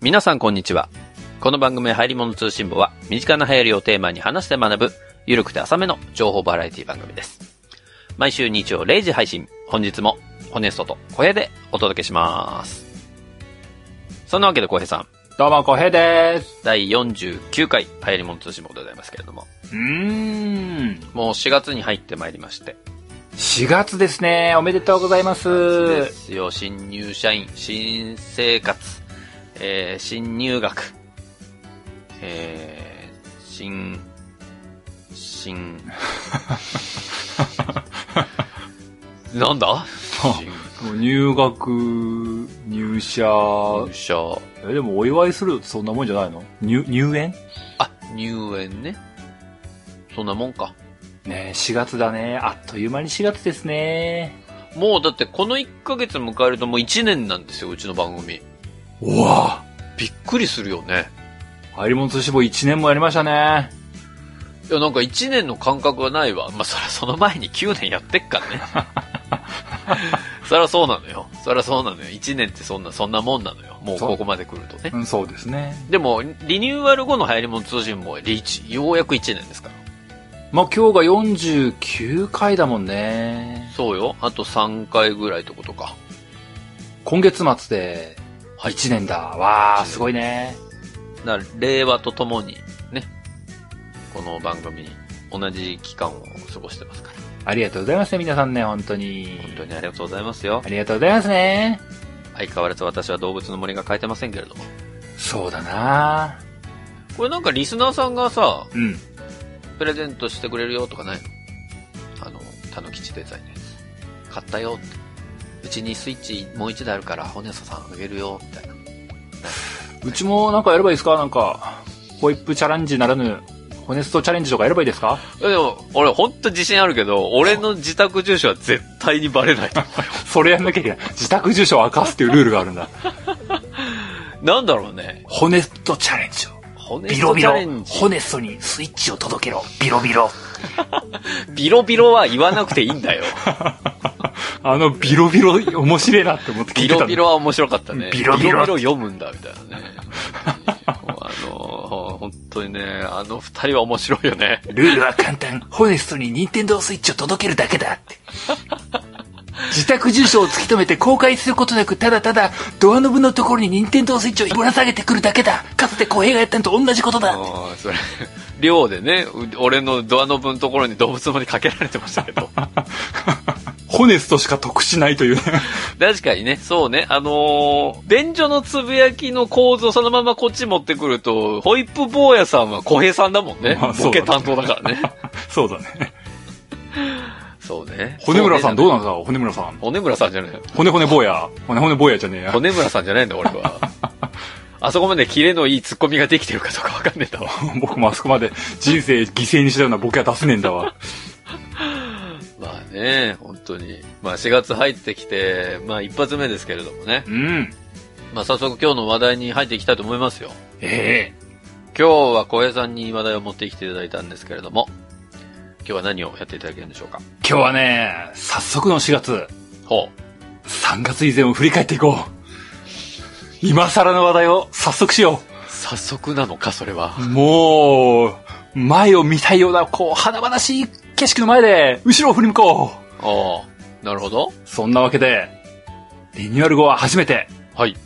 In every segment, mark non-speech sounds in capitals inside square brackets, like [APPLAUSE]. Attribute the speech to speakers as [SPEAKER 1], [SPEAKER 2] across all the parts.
[SPEAKER 1] 皆さんこんにちは。この番組流行り物通信簿は、身近な流行りをテーマに話して学ぶ、ゆるくて浅めの情報バラエティ番組です。毎週日曜0時配信、本日も、ホネストと小平でお届けします。そんなわけで小平さん、
[SPEAKER 2] どうも、小平です。
[SPEAKER 1] 第49回流行り物通信簿でございますけれども、
[SPEAKER 2] うーん。
[SPEAKER 1] もう4月に入ってまいりまして。
[SPEAKER 2] 4月ですね。おめでとうございます。
[SPEAKER 1] で
[SPEAKER 2] う
[SPEAKER 1] すよ、新入社員、新生活、えー、新入学、えー、新、新、なんだ
[SPEAKER 2] 入学、入社、
[SPEAKER 1] 入社、
[SPEAKER 2] え、でもお祝いするとそんなもんじゃないの入、入園
[SPEAKER 1] あ、入園ね。そんなもんか。
[SPEAKER 2] ねえ4月だね。あっという間に4月ですね。
[SPEAKER 1] もうだってこの1ヶ月迎えるともう1年なんですよ、うちの番組。
[SPEAKER 2] うわ
[SPEAKER 1] びっくりするよね。
[SPEAKER 2] ぁ入り物通し棒1年もやりましたね。
[SPEAKER 1] いや、なんか1年の感覚はないわ。まあ、そりゃその前に9年やってっ
[SPEAKER 2] [LAUGHS]
[SPEAKER 1] からね。そりゃそうなのよ。そりゃそうなのよ。1年ってそんな、そんなもんなのよ。もう
[SPEAKER 2] そう
[SPEAKER 1] ここまで来るとね。
[SPEAKER 2] うん、そうですね。
[SPEAKER 1] でも、リニューアル後の流行り物通信もリーチ、ようやく1年ですから。
[SPEAKER 2] まあ、今日が49回だもんね。
[SPEAKER 1] そうよ。あと3回ぐらいってことか。
[SPEAKER 2] 今月末で
[SPEAKER 1] はい
[SPEAKER 2] 1年だ。わぁ、すごいね。
[SPEAKER 1] だから、令和とともに、ね。この番組に同じ期間を過ごしてますから。
[SPEAKER 2] ありがとうございますね、皆さんね、本当に。
[SPEAKER 1] 本当にありがとうございますよ
[SPEAKER 2] あ。りがとうございますね。
[SPEAKER 1] 相変わらず私は動物の森が変えてませんけれども。
[SPEAKER 2] そうだな
[SPEAKER 1] これなんかリスナーさんがさ、
[SPEAKER 2] うん。
[SPEAKER 1] プレゼントしてくれるよとかないのあの、たぬきちデザインのやつ。買ったよって。うちにスイッチもう一台あるから、ホネソさんあげるよ、みたいな。
[SPEAKER 2] うちもなんかやればいいですかなんか、ホイップチャレンジならぬ、ホネストチャレンジとかやればいいですか
[SPEAKER 1] えでも、俺ほんと自信あるけど、俺の自宅住所は絶対にバレ [LAUGHS] ないと思
[SPEAKER 2] それやんなきゃいけない。自宅住所を明かすっていうルールがあるんだ。
[SPEAKER 1] う。なんだろうね。
[SPEAKER 2] ホネストチャレンジを。
[SPEAKER 1] ホネ
[SPEAKER 2] ビ
[SPEAKER 1] ソ
[SPEAKER 2] ロ
[SPEAKER 1] チ
[SPEAKER 2] ビ
[SPEAKER 1] ャ
[SPEAKER 2] ロ
[SPEAKER 1] レン。ジ。
[SPEAKER 2] ホネストにスイッチを届けろ。ビロビロ。
[SPEAKER 1] ビロビロは言わなくていいんだよ。
[SPEAKER 2] あのビロビロ面白いなって思って聞
[SPEAKER 1] [LAUGHS] ビ
[SPEAKER 2] いてた
[SPEAKER 1] ロ
[SPEAKER 2] の
[SPEAKER 1] ビロは面白かったね。
[SPEAKER 2] ビロビロ
[SPEAKER 1] 読むんだ、みたいな [LAUGHS] ね。もうあの、本当にね、あの二人は面白いよね。
[SPEAKER 2] ルールは簡単。ホネストにニンテンドースイッチを届けるだけだって。自宅住所を突き止めて公開することなく、ただただ、ドアノブのところにニンテンドースイッチをぶら下げてくるだけだ。かつて小平がやったのと同じことだ。
[SPEAKER 1] ああ、それ、寮でね、う俺のドアノブのところに動物までかけられてましたけ
[SPEAKER 2] [LAUGHS]
[SPEAKER 1] ど。
[SPEAKER 2] [LAUGHS] ホネストしか得しないというね。 [LAUGHS]
[SPEAKER 1] 確かにね、そうね、あのー便所のつぶやきの構造そのままこっち持ってくると、ホイップ坊やさんは小平さんだもんね。
[SPEAKER 2] まあ
[SPEAKER 1] ボ
[SPEAKER 2] そうだ
[SPEAKER 1] ケ
[SPEAKER 2] ね
[SPEAKER 1] 担当だからね。
[SPEAKER 2] そうだね。
[SPEAKER 1] そう
[SPEAKER 2] [LAUGHS]
[SPEAKER 1] ね。
[SPEAKER 2] どうなんだ骨村さん。
[SPEAKER 1] 骨村さんじゃないよ。
[SPEAKER 2] 骨骨坊や。骨骨坊やじゃねえや
[SPEAKER 1] 骨村さんじゃないんだ、俺は。
[SPEAKER 2] [LAUGHS]
[SPEAKER 1] あそこまでキレのいいツッコミができてるかどうかわかんねえんだわ。
[SPEAKER 2] 僕もあそこまで人生犠牲にしたようなボケは出せねえんだわ。
[SPEAKER 1] まあね、本当に。まあ4月入ってきて、まあ一発目ですけれどもね。
[SPEAKER 2] うん。
[SPEAKER 1] まあ早速今日の話題に入っていきたいと思いますよ。
[SPEAKER 2] え
[SPEAKER 1] 今日は小平さんに話題を持ってきていただいたんですけれども、今日は何をやっていただけるんでしょうか
[SPEAKER 2] え今日はね、早速の4月。
[SPEAKER 1] ほ
[SPEAKER 2] 3月以前を振り返っていこう。今更の話題を早速しよ
[SPEAKER 1] う。早速なのか、それは
[SPEAKER 2] う。。もう、前を見たいような、こう、華々しい景色の前で、後ろを振り向こう。
[SPEAKER 1] ああ、なるほど。
[SPEAKER 2] そんなわけで、リニューアル後は初めて、
[SPEAKER 1] はい。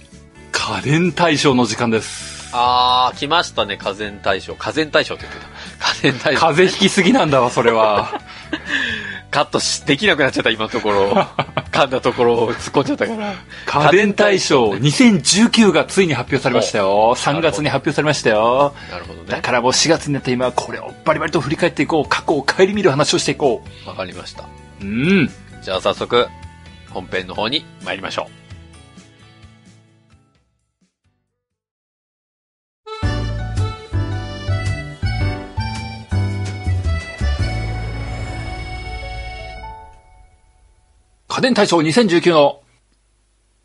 [SPEAKER 2] 家電大賞の時間です。
[SPEAKER 1] ああ、来ましたね、火前大賞。火前大賞って言ってた。火前大賞。
[SPEAKER 2] 風邪ひきすぎなんだわ、それ [LAUGHS] は。
[SPEAKER 1] カットし、できなくなっちゃった、今のとこ [LAUGHS] ろ。噛んだところを突っ込んじゃったから。
[SPEAKER 2] 家電大賞2019がついに発表されましたよ。3月に発表されましたよ。
[SPEAKER 1] なるほどね
[SPEAKER 2] だ。からもう4月になった今はこれをバリバリと振り返っていこう。過去を顧みる話をしていこ
[SPEAKER 1] わかりました。
[SPEAKER 2] う。うん。
[SPEAKER 1] じゃあ早速、本編の方に参りましょ
[SPEAKER 2] 家電大賞2019の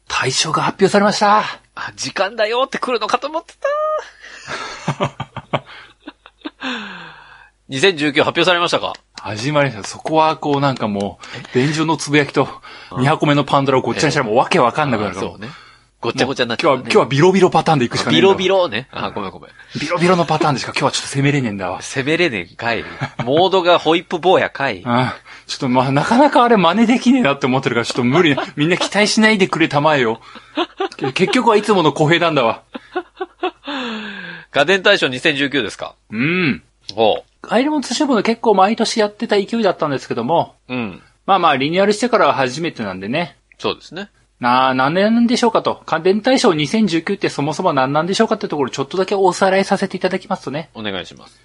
[SPEAKER 2] 大賞が発表されました。
[SPEAKER 1] う。あ、時間だよって来るのかと思ってた。2019発表されましたか
[SPEAKER 2] 始まりました。そこはこうなんかもう、便所のつぶやきと、2箱目のパンドラをごっちゃにしたらもうわけわかんなくなるから。
[SPEAKER 1] そうね。ごっちゃごちゃになっちゃ
[SPEAKER 2] 今
[SPEAKER 1] う、
[SPEAKER 2] 日は、今日はビロビロパターンで行くしかねえ
[SPEAKER 1] ビ
[SPEAKER 2] んだわ
[SPEAKER 1] ロビ。ロね。あ、ごめんごめん。
[SPEAKER 2] ビロビロのパターンでしか今日はちょっと攻めれねえんだわ。
[SPEAKER 1] 攻めれねえんかい。モードがホイップ坊やかい。
[SPEAKER 2] ああちょっとまあ、なかなかあれ真似できねえなって思ってるから、ちょっと無理。みんな期待しないでくれたまえよ。け結局はいつもの公平なんだわ。
[SPEAKER 1] 家電大賞2019ですか
[SPEAKER 2] うん。
[SPEAKER 1] ほ
[SPEAKER 2] アイレモン通信簿で結構毎年やってた勢いだったんですけども、
[SPEAKER 1] う。うん。
[SPEAKER 2] まあまあ、リニューアルしてからは初めてなんでね。
[SPEAKER 1] そうですね。
[SPEAKER 2] なあ、何年でしょうかと。家電大賞2019ってそもそも何なんでしょうかってところちょっとだけおさらいさせていただきますとね。
[SPEAKER 1] お願いします。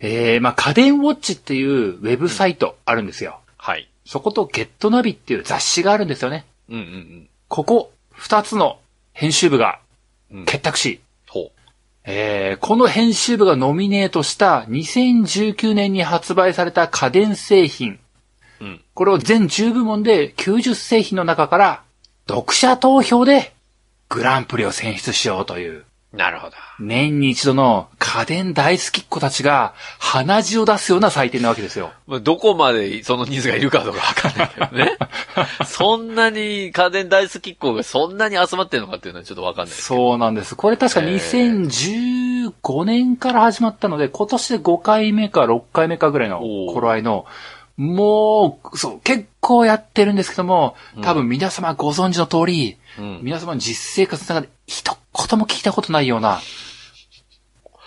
[SPEAKER 2] えー、まあ家電ウォッチっていうウェブサイトあるんですよ。
[SPEAKER 1] はい。
[SPEAKER 2] そことゲットナビっていう雑誌があるんですよね。
[SPEAKER 1] うんうんうん。
[SPEAKER 2] ここ、二つの編集部が
[SPEAKER 1] うん
[SPEAKER 2] 結託し、
[SPEAKER 1] ほ
[SPEAKER 2] えー、この編集部がノミネートした2019年に発売された家電製品。
[SPEAKER 1] う。うん。
[SPEAKER 2] これを全10部門で90製品の中から、読者投票でグランプリを選出しようという、
[SPEAKER 1] なるほど。
[SPEAKER 2] 年に一度の家電大好きっ子たちが鼻血を出すような祭典なわけですよ。
[SPEAKER 1] まあどこまでそのニーズがいるかとかわかんないけどね。 [LAUGHS] そんなに家電大好きっ子がそんなに集まってるのかっていうのはちょっとわかんないです。
[SPEAKER 2] そうなんです。これ確か
[SPEAKER 1] へ
[SPEAKER 2] 2015年から始まったので、今年で5回目か6回目かぐらいの
[SPEAKER 1] おー
[SPEAKER 2] 頃合いの、もう、そう、結構やってるんですけども、多分皆様ご存知の通り、
[SPEAKER 1] うん。
[SPEAKER 2] 皆様の実生活の中で一言も聞いたことないような、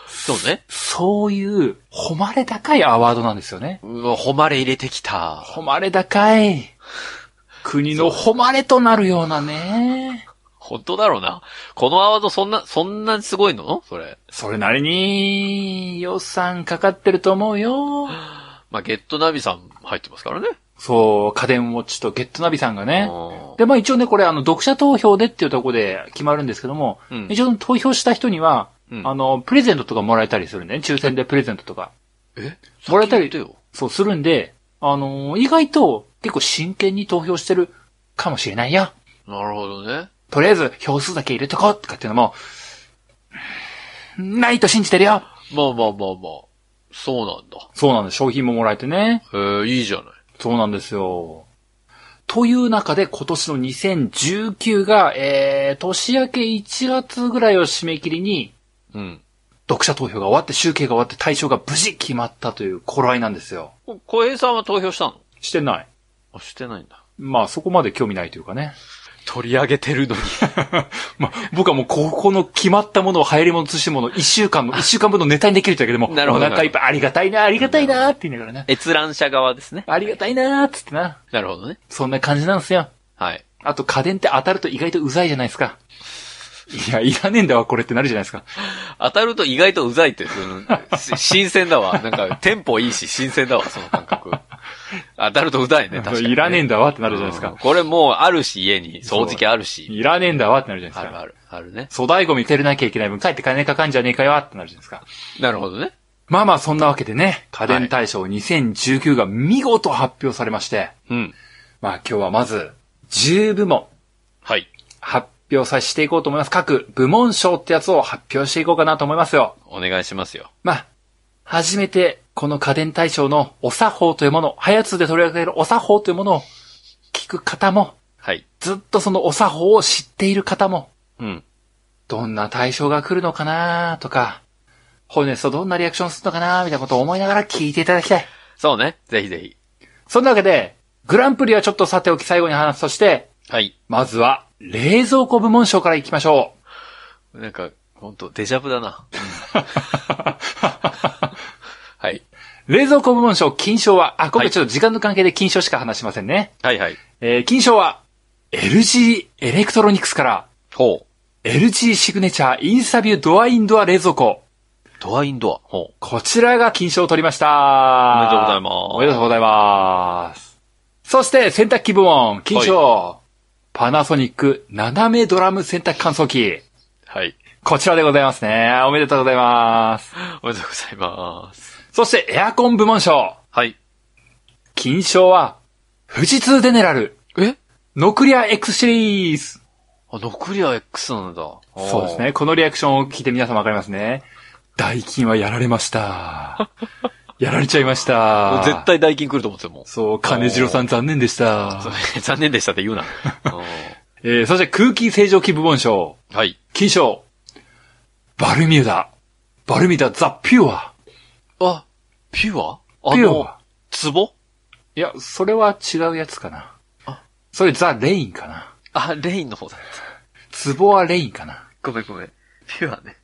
[SPEAKER 1] そうね。
[SPEAKER 2] そういう、誉れ高いアワードなんですよね。
[SPEAKER 1] うわ、誉れ入れてきた。
[SPEAKER 2] 誉れ高い。国の誉れとなるようなね。
[SPEAKER 1] 本当だろうな。このアワードそんな、そんなにすごいのそれ。
[SPEAKER 2] それなりに、予算かかってると思うよ。
[SPEAKER 1] まあ、ゲットナビさん入ってますからね。
[SPEAKER 2] そう、家電ウォッチとゲットナビさんがね。
[SPEAKER 1] うん
[SPEAKER 2] で、まあ一応ね、これあの、読者投票でっていうところで決まるんですけども、
[SPEAKER 1] うん
[SPEAKER 2] 一応投票した人には、
[SPEAKER 1] うん
[SPEAKER 2] あの、プレゼントとかもらえたりするんでね、抽選でプレゼントとか。
[SPEAKER 1] え
[SPEAKER 2] もらえたり
[SPEAKER 1] 先言ってよ。
[SPEAKER 2] そうするんで、あのー意外と結構真剣に投票してるかもしれないよ。
[SPEAKER 1] なるほどね。
[SPEAKER 2] とりあえず票数だけ入れとこうとかっていうのも、ないと信じてるよ
[SPEAKER 1] まあまあまあまあ。そうなんだ。
[SPEAKER 2] そうなんです。商品ももらえてね。
[SPEAKER 1] えー、いいじゃない。
[SPEAKER 2] そうなんですよ。という中で今年の2019が、えー、年明け1月ぐらいを締め切りに、
[SPEAKER 1] うん。
[SPEAKER 2] 読者投票が終わって、集計が終わって、対象が無事決まったという頃合いなんですよ。
[SPEAKER 1] こ小平さんは投票したの
[SPEAKER 2] してない。
[SPEAKER 1] あ、してないんだ。
[SPEAKER 2] まあ、そこまで興味ないというかね。 [LAUGHS]
[SPEAKER 1] 取り上げてるのに。
[SPEAKER 2] まあ、僕はもうここの決まったものを流行り物としてもの一週間の、一週間分のネタにできるだけでも、
[SPEAKER 1] なるほど
[SPEAKER 2] お腹いっぱいありがたいな、ありがたいなって言いながらね。
[SPEAKER 1] [LAUGHS] 閲覧者側ですね。
[SPEAKER 2] ありがたいなーっつってな。
[SPEAKER 1] なるほどね。
[SPEAKER 2] そんな感じなんですよ。
[SPEAKER 1] はい。
[SPEAKER 2] あと家電って当たると意外とうざいじゃないですか。いや、いらねえんだわ、これってなるじゃないですか。
[SPEAKER 1] 当たると意外とうざいって、その、し新鮮だ
[SPEAKER 2] [LAUGHS]
[SPEAKER 1] わ。なんか、テンポいいし、新鮮だわ、その感覚。当たるとうざいね、確かに、
[SPEAKER 2] いらねえん
[SPEAKER 1] だ、
[SPEAKER 2] だわってなるじゃないですか。
[SPEAKER 1] これもうあるし、家に。掃除機あるし。
[SPEAKER 2] いらねえんだわってなるじゃない
[SPEAKER 1] あ
[SPEAKER 2] です
[SPEAKER 1] る
[SPEAKER 2] か。
[SPEAKER 1] ある。あるね。
[SPEAKER 2] 粗大ゴミ捨てなきゃいけない分、帰って金かかんじゃねえかよってなるじゃないですか。
[SPEAKER 1] なるほどね。
[SPEAKER 2] まあまあ、そんなわけでね、家電大賞2019が見事発表されまして、
[SPEAKER 1] うん。
[SPEAKER 2] まあ今日はまず、10部門
[SPEAKER 1] はい。
[SPEAKER 2] 発表させていこうと思います。各部門賞ってやつを発表していこうかなと思いますよ。
[SPEAKER 1] お願いしますよ。
[SPEAKER 2] まあ、初めて、この家電大賞のお作法というもの、早通で取り上げるお作法というものを聞く方も、
[SPEAKER 1] はい。
[SPEAKER 2] ずっとそのお作法を知っている方も、
[SPEAKER 1] うん。
[SPEAKER 2] どんな対象が来るのかなとか、ホネストどんなリアクションするのかなみたいなことを思いながら聞いていただきたい。
[SPEAKER 1] そうね。ぜひぜひ。
[SPEAKER 2] そんなわけで、グランプリはちょっとさておき最後に話すとして、
[SPEAKER 1] はい。
[SPEAKER 2] まずは、冷蔵庫部門賞から行きましょう。
[SPEAKER 1] なんか、ほんと、デジャブだな。はい。
[SPEAKER 2] 冷蔵庫部門賞、金賞は、あ、今
[SPEAKER 1] は
[SPEAKER 2] 回
[SPEAKER 1] い
[SPEAKER 2] ちょっと時間の関係で金賞しか話しませんね。
[SPEAKER 1] はいはい。
[SPEAKER 2] えー金賞は、LG エレクトロニクスから、
[SPEAKER 1] ほう。
[SPEAKER 2] LG シグネチャーインサビュードアインドア冷蔵庫。
[SPEAKER 1] ドアインドア。ほう。
[SPEAKER 2] こちらが金賞を取りました。
[SPEAKER 1] お
[SPEAKER 2] お
[SPEAKER 1] めでとうござい
[SPEAKER 2] す。
[SPEAKER 1] ます。
[SPEAKER 2] おめでとうございます。そして、洗濯機部門、金賞、パナソニック斜めドラム洗濯乾燥機。
[SPEAKER 1] はい。
[SPEAKER 2] こちらでございますね。おめでとうございます。
[SPEAKER 1] おめでとうございます。
[SPEAKER 2] そして、エアコン部門賞、
[SPEAKER 1] はい。
[SPEAKER 2] 金賞は、富士通デネラル、
[SPEAKER 1] え
[SPEAKER 2] ノクリア X シリーズ。
[SPEAKER 1] あ、ノクリア X なんだ。
[SPEAKER 2] そうですね。このリアクションを聞いて皆さんわかりますね。大金はやられました。やられちゃいまし
[SPEAKER 1] あ
[SPEAKER 2] た
[SPEAKER 1] ー。。絶。対代金来ると思ってたもん。 [LAUGHS]
[SPEAKER 2] そう、金次郎さん残念でした。
[SPEAKER 1] 残念でしたって言うな。
[SPEAKER 2] えー、そして空気清浄機部門賞。
[SPEAKER 1] はい。
[SPEAKER 2] 金賞。バルミューダ。バルミューダザ・ピュア。
[SPEAKER 1] あ、ピュアあ
[SPEAKER 2] ピュ
[SPEAKER 1] の
[SPEAKER 2] ア、
[SPEAKER 1] 壺
[SPEAKER 2] いや、それは違うやつかな。
[SPEAKER 1] あ
[SPEAKER 2] それザ・レインかな。
[SPEAKER 1] あ、レインの方だ。
[SPEAKER 2] ツボはレインかな。
[SPEAKER 1] ごめんごめん。ピュアね。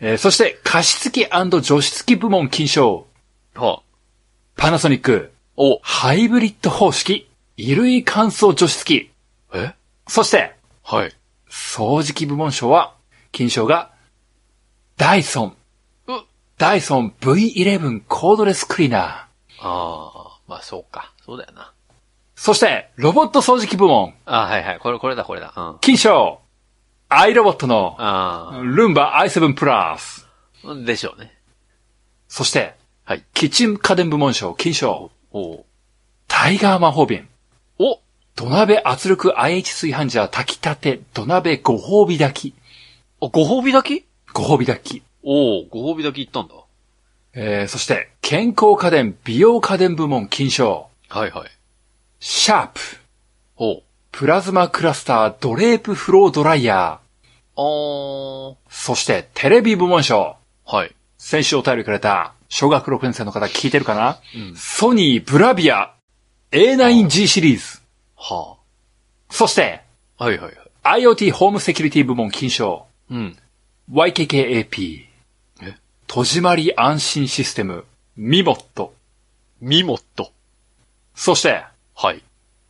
[SPEAKER 2] えー、そして、加湿器除湿器部門金賞。
[SPEAKER 1] はあ、
[SPEAKER 2] パナソニック。
[SPEAKER 1] お、
[SPEAKER 2] ハイブリッド方式。衣類乾燥除湿器。
[SPEAKER 1] え
[SPEAKER 2] そして、
[SPEAKER 1] はい。
[SPEAKER 2] 掃除機部門賞は、金賞が、ダイソン。
[SPEAKER 1] う
[SPEAKER 2] ダイソン V11 コードレスクリーナー。
[SPEAKER 1] ああ、まあそうか。そうだよな。
[SPEAKER 2] そして、ロボット掃除機部門、
[SPEAKER 1] あはいはい。これ、これだ、これだ。うん。あ
[SPEAKER 2] 金賞、アイロボットの、
[SPEAKER 1] あ
[SPEAKER 2] ルンバ i7 プラス。
[SPEAKER 1] ー、でしょうね。
[SPEAKER 2] そして、
[SPEAKER 1] はい。
[SPEAKER 2] キッチン家電部門賞、金賞、
[SPEAKER 1] おう
[SPEAKER 2] タイガー魔法瓶。
[SPEAKER 1] お
[SPEAKER 2] 土鍋圧力 IH 炊飯ジャー炊きたて、土鍋ご褒美炊き。
[SPEAKER 1] おご褒美だけ
[SPEAKER 2] ご褒美炊き。
[SPEAKER 1] おおご褒美だけ言ったんだ。
[SPEAKER 2] えー、そして、健康家電、美容家電部門金賞、
[SPEAKER 1] はいはい。
[SPEAKER 2] シャープ、
[SPEAKER 1] おう
[SPEAKER 2] プラズマクラスタードレープフロードライヤー、
[SPEAKER 1] あ
[SPEAKER 2] そしてテレビ部門賞。
[SPEAKER 1] ー、はい。
[SPEAKER 2] 先週お便りくれた、小学6年生の方聞いてるかな、
[SPEAKER 1] うん
[SPEAKER 2] ソニーブラビア A9G シリーズ。
[SPEAKER 1] は
[SPEAKER 2] そして、
[SPEAKER 1] あ。はいはいはい。
[SPEAKER 2] IoT ホームセキュリティ部門金賞。
[SPEAKER 1] うん。
[SPEAKER 2] YKKAP
[SPEAKER 1] え。
[SPEAKER 2] 戸締まり安心システム。ミモット。
[SPEAKER 1] ミモット。
[SPEAKER 2] そして、
[SPEAKER 1] はい。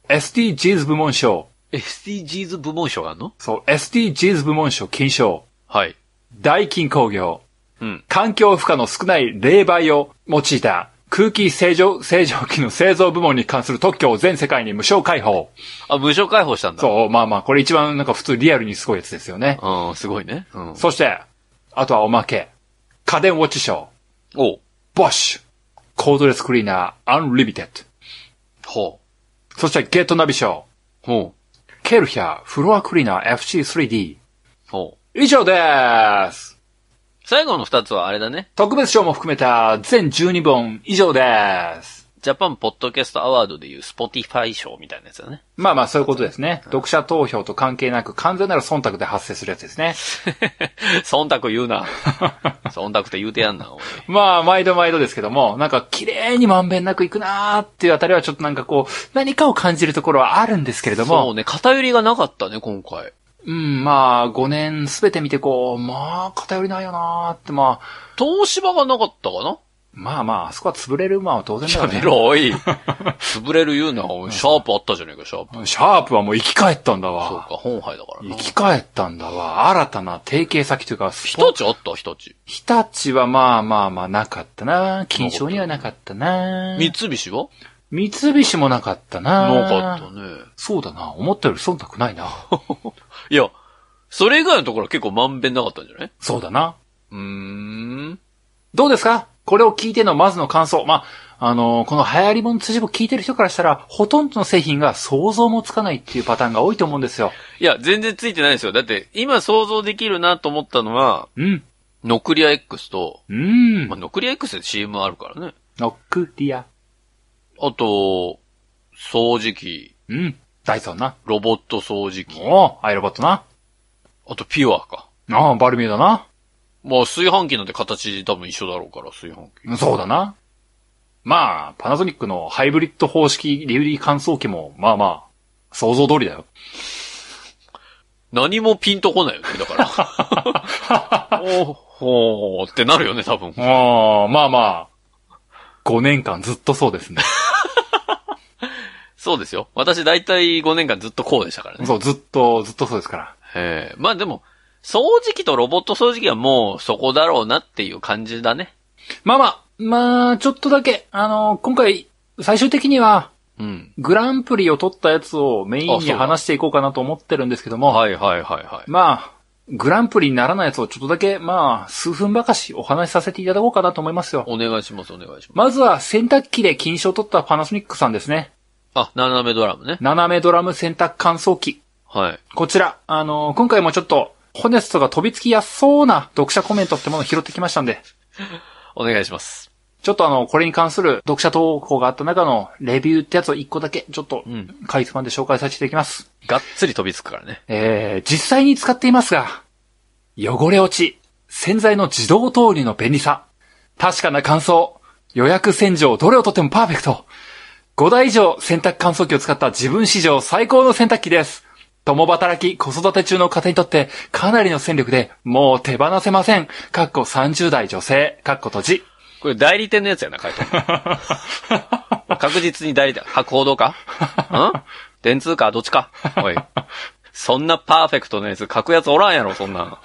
[SPEAKER 2] SDGs 部門賞。
[SPEAKER 1] SDGs 部門賞があんの
[SPEAKER 2] そう、SDGs 部門賞金賞。
[SPEAKER 1] はい。
[SPEAKER 2] 大金工業。
[SPEAKER 1] うん。
[SPEAKER 2] 環境負荷の少ない冷媒を用いた空気清浄、清浄機の製造部門に関する特許を全世界に無償開放。
[SPEAKER 1] あ、無償解放したんだ。
[SPEAKER 2] そう、まあまあ、これ一番なんか普通リアルにすごいやつですよね。
[SPEAKER 1] うん、すごいね。うん。
[SPEAKER 2] そして、あとはおまけ。家電ウォッチ賞、
[SPEAKER 1] おう
[SPEAKER 2] ボッシュ、コードレスクリーナー、アンリミテッド。
[SPEAKER 1] ほ
[SPEAKER 2] そしてゲートナビ賞、
[SPEAKER 1] う。ほう。
[SPEAKER 2] ケルヒャー、フロアクリーナー FC3D。
[SPEAKER 1] ほう。
[SPEAKER 2] 以上です。
[SPEAKER 1] 最後の二つはあれだね。
[SPEAKER 2] 特別賞も含めた全12本以上です。
[SPEAKER 1] ジャパンポッドキャストアワードでいうスポティファイ賞みたいなやつだ [LAUGHS] ね。
[SPEAKER 2] まあまあそういうことですね。読者投票と関係なく完全なる忖度で発生するやつですね。
[SPEAKER 1] 忖度言う [LAUGHS] な。忖度って言うてやんな、 [LAUGHS] おい
[SPEAKER 2] まあ、毎度毎度ですけども、なんか綺麗にまんべんなくいくなーっていうあたりはちょっとなんかこう、何かを感じるところはあるんですけれど
[SPEAKER 1] そう
[SPEAKER 2] も、
[SPEAKER 1] ね、偏りがなかったね、今回。
[SPEAKER 2] うん、まあ、5年すべて見てこう、まあ、偏りないよなーって、まあ、
[SPEAKER 1] 東芝がなかったかな
[SPEAKER 2] まあまあ、あそこは潰れる馬は当然だよ
[SPEAKER 1] や
[SPEAKER 2] ね。
[SPEAKER 1] めろ、おい。 [LAUGHS] 潰れる言うな、おい。シャープあったじゃねえか、シャープ。
[SPEAKER 2] シャープはもう生き返ったんだ
[SPEAKER 1] そう
[SPEAKER 2] わ。
[SPEAKER 1] か、本杯だから
[SPEAKER 2] 生
[SPEAKER 1] な。
[SPEAKER 2] き
[SPEAKER 1] 日
[SPEAKER 2] 返ったんだわ。新たな提携先というか、スポ
[SPEAKER 1] 立あった、日立。
[SPEAKER 2] 日立はまあまあまあなかったな。金賞にはなかったな。
[SPEAKER 1] 三菱は
[SPEAKER 2] 三菱もなかったな。
[SPEAKER 1] なかったね。
[SPEAKER 2] そうだな。思ったより忖度ない [LAUGHS] な。
[SPEAKER 1] いや、それ以外のところは結構まんべんなかったんじゃない
[SPEAKER 2] そうだな。
[SPEAKER 1] うーん。
[SPEAKER 2] どうですかこれを聞いてのまずの感想。まあ、あのーこの流行り物辻を聞いてる人からしたら、ほとんどの製品が想像もつかないっていうパターンが多いと思うんですよ。
[SPEAKER 1] いや、全然ついてないですよ。だって、今想像できるなと思ったのは、
[SPEAKER 2] うん。
[SPEAKER 1] ノクリア X と、
[SPEAKER 2] うん
[SPEAKER 1] まあ、。ノクリア X で CM あるからね。
[SPEAKER 2] ノックリア。
[SPEAKER 1] あと、掃除機、
[SPEAKER 2] うん。ダイソンな。
[SPEAKER 1] ロボット掃除機、
[SPEAKER 2] おうアイロボットな。
[SPEAKER 1] あとピュアか。
[SPEAKER 2] ああ、バルミューだな。
[SPEAKER 1] まあ、炊飯器なんて形多分一緒だろうから、炊飯器。
[SPEAKER 2] うんそうだな。まあ、パナソニックのハイブリッド方式リュウリー乾燥機も、まあまあ、想像通りだよ。
[SPEAKER 1] 何もピンとこないよね、だ
[SPEAKER 2] [LAUGHS]
[SPEAKER 1] から。おほーってなるよね、多分。
[SPEAKER 2] ああ、まあまあ、5年間ずっとそうで
[SPEAKER 1] [LAUGHS]
[SPEAKER 2] すね。
[SPEAKER 1] そうですよ。私大体5年間ずっとこうでしたからね。
[SPEAKER 2] そう、ずっと、ずっとそうですから。
[SPEAKER 1] ええまあでも、掃除機とロボット掃除機はもうそこだろうなっていう感じだね。
[SPEAKER 2] まあまあ、まあ、ちょっとだけ、あの今回、最終的には、
[SPEAKER 1] うん。
[SPEAKER 2] グランプリを取ったやつをメイン
[SPEAKER 1] あそう
[SPEAKER 2] に
[SPEAKER 1] だ
[SPEAKER 2] 話していこうかなと思ってるんですけども、
[SPEAKER 1] はいはいはいはい。
[SPEAKER 2] まあ、グランプリにならないやつをちょっとだけ、まあ、数分ばかしお話しさせていただこうかなと思いますよ。
[SPEAKER 1] お願いします、お願いします。
[SPEAKER 2] まずは洗濯機で金賞を取ったパナソニックさんですね。
[SPEAKER 1] あ、斜めドラムね。
[SPEAKER 2] 斜めドラム洗濯乾燥機。
[SPEAKER 1] はい。
[SPEAKER 2] こちら、あの今回もちょっと、ホネストが飛びつきやすそうな読者コメントってものを拾ってきましたんで、
[SPEAKER 1] お願いします。
[SPEAKER 2] ちょっとあの、これに関する読者投稿があった中のレビューってやつを一個だけ、ちょっと
[SPEAKER 1] うん。
[SPEAKER 2] かいつまんで紹介させていただきます。
[SPEAKER 1] がっつり飛びつくからね。
[SPEAKER 2] えー、実際に使っていますが、汚れ落ち、洗剤の自動投入の便利さ、確かな乾燥、予約洗浄、どれをとってもパーフェクト。5台以上洗濯乾燥機を使った自分史上最高の洗濯機です。共働き、子育て中の方にとってかなりの戦力で、もう手放せません。かっこ30代女性、かっこ閉じ。 [LAUGHS]
[SPEAKER 1] これ代理店のやつやな、書いてある確実に代理店、博報堂
[SPEAKER 2] [LAUGHS]
[SPEAKER 1] かん電通かどっちかおい。そんなパーフェクトなやつ書くやつおらんやろ、そんなん。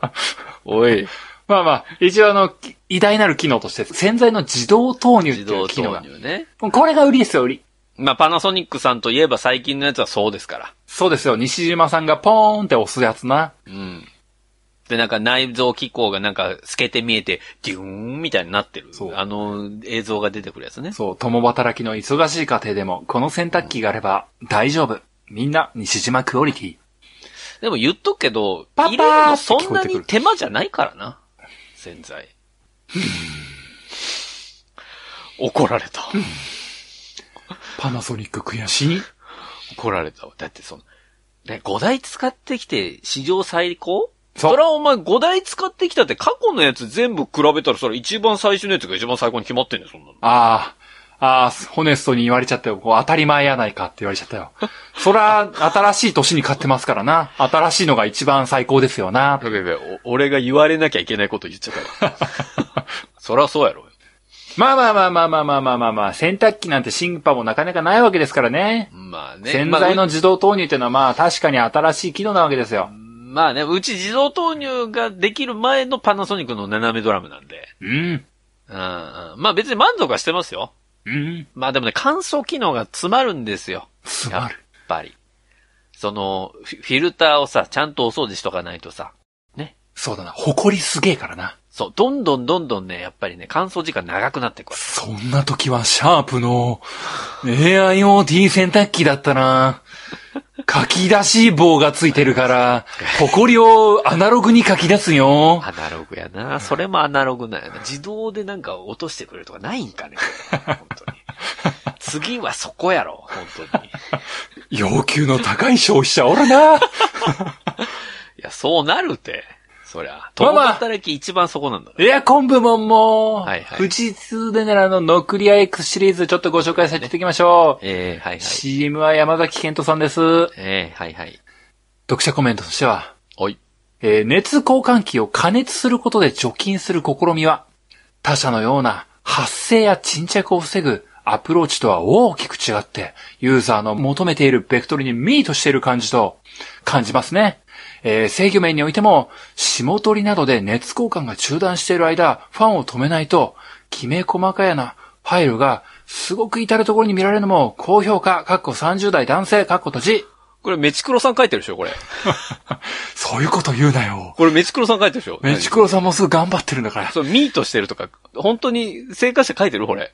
[SPEAKER 2] [LAUGHS]
[SPEAKER 1] おい。
[SPEAKER 2] まあまあ、一応あの、き偉大なる機能として、洗剤の自動投入って
[SPEAKER 1] 自
[SPEAKER 2] い
[SPEAKER 1] 動
[SPEAKER 2] う機能
[SPEAKER 1] 投
[SPEAKER 2] が。
[SPEAKER 1] 入ね。
[SPEAKER 2] これが売りですよ、売り。
[SPEAKER 1] まあ、パナソニックさんといえば最近のやつはそうですから。
[SPEAKER 2] そうですよ、西島さんがポーンって押すやつな。
[SPEAKER 1] うん。で、なんか内臓機構がなんか透けて見えて、デューンみたいになってる
[SPEAKER 2] そう。
[SPEAKER 1] あの映像が出てくるやつね。
[SPEAKER 2] そう、共働きの忙しい家庭でも、この洗濯機があれば大丈夫。みんな、西島クオリティ。
[SPEAKER 1] でも言っとくけど、
[SPEAKER 2] パパー
[SPEAKER 1] 入れるのそん
[SPEAKER 2] っ
[SPEAKER 1] な
[SPEAKER 2] て聞こえてく
[SPEAKER 1] に
[SPEAKER 2] る
[SPEAKER 1] 手間じゃないからな。洗剤。怒られた。
[SPEAKER 2] パナソニック悔しい
[SPEAKER 1] 怒られたわ。だってその、ね、5台使ってきて史上最高
[SPEAKER 2] そう
[SPEAKER 1] それはお前5台使ってきたって過去のやつ全部比べたらそれ一番最初のやつが一番最高に決まってんねん、そんなの。
[SPEAKER 2] ああ、ああ、ホネストに言われちゃったよ。こう当たり前やないかって言われちゃったよ。そら、新しい年に買ってますからな。新しいのが一番最高ですよな。
[SPEAKER 1] やべやべお俺が言われなきゃいけないこと言っちゃったわ。そりゃそうやろ。
[SPEAKER 2] まあまあまあまあまあまあまあまあまあ、洗濯機なんて進化もなかなかないわけですからね。
[SPEAKER 1] まあね。
[SPEAKER 2] 洗剤の自動投入っていうのはまあ確かに新しい機能なわけですよ。
[SPEAKER 1] まあね、うち自動投入ができる前のパナソニックの斜めドラムなんで。
[SPEAKER 2] うん。
[SPEAKER 1] うん、うん。まあ別に満足はしてますよ。
[SPEAKER 2] うん。
[SPEAKER 1] まあでもね、乾燥機能が詰まるんですよ。
[SPEAKER 2] す
[SPEAKER 1] やっ。ぱり。その、フィフィルターをさ、ちゃんとお掃除しとかないとさ。
[SPEAKER 2] そうだな。誇りすげえからな。
[SPEAKER 1] そう、どんどんどんどんね、やっぱりね、乾燥時間長くなってくる。
[SPEAKER 2] そんな時はシャープの AIoT 洗濯機だったな。書き出し棒がついてるから、埃をアナログに書き出すよ。
[SPEAKER 1] [LAUGHS] アナログやな。それもアナログなん
[SPEAKER 2] [LAUGHS]
[SPEAKER 1] やな。自動でなんか落としてくれるとかないんかね。本当に。次はそこやろ。本当に。い
[SPEAKER 2] 要求の高い消費者おるな。
[SPEAKER 1] や、そうなるて。そりゃ。
[SPEAKER 2] まあ
[SPEAKER 1] 共
[SPEAKER 2] まあ
[SPEAKER 1] 働き一番そこなんだ。
[SPEAKER 2] エアコン部門も、
[SPEAKER 1] はいはい
[SPEAKER 2] 富士通でならのノクリア X シリーズちょっとご紹介させていただきましょう。
[SPEAKER 1] ええはいはい。
[SPEAKER 2] CM は山崎健人さんです。
[SPEAKER 1] ええはいはい。
[SPEAKER 2] 読者コメントとしては、
[SPEAKER 1] おい。
[SPEAKER 2] えー熱交換器を加熱することで除菌する試みは、他社のような発生や沈着を防ぐアプローチとは大きく違って、ユーザーの求めているベクトルにミートしている感じと感じますね。えー制御面においても、霜取りなどで熱交換が中断している間、ファンを止めないと、きめ細かやなファイルがすごく至るところに見られるのも高評価、かっこ30代男性、かっこ閉じ。
[SPEAKER 1] これ、メチクロさん書いてるでしょ、これ。
[SPEAKER 2] そういうこと言うなよ。
[SPEAKER 1] これ、メチクロさん書いてるでしょ。
[SPEAKER 2] メチクロさんもすぐ頑張ってるんだから。
[SPEAKER 1] そう、ミートしてるとか、本当に、成果者書いてるこれ。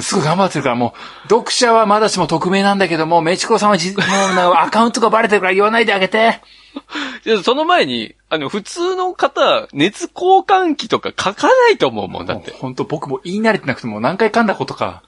[SPEAKER 2] すぐ頑張ってるから、もう、読者はまだしも匿名なんだけども、メチコさんはじ、もうな、アカウントがバレてるから言わないであげて。
[SPEAKER 1] いやその前に、あの、普通の方、熱交換器とか書かないと思うもん、だって。
[SPEAKER 2] ほんと僕も言い慣れてなくてもう何回噛んだことか。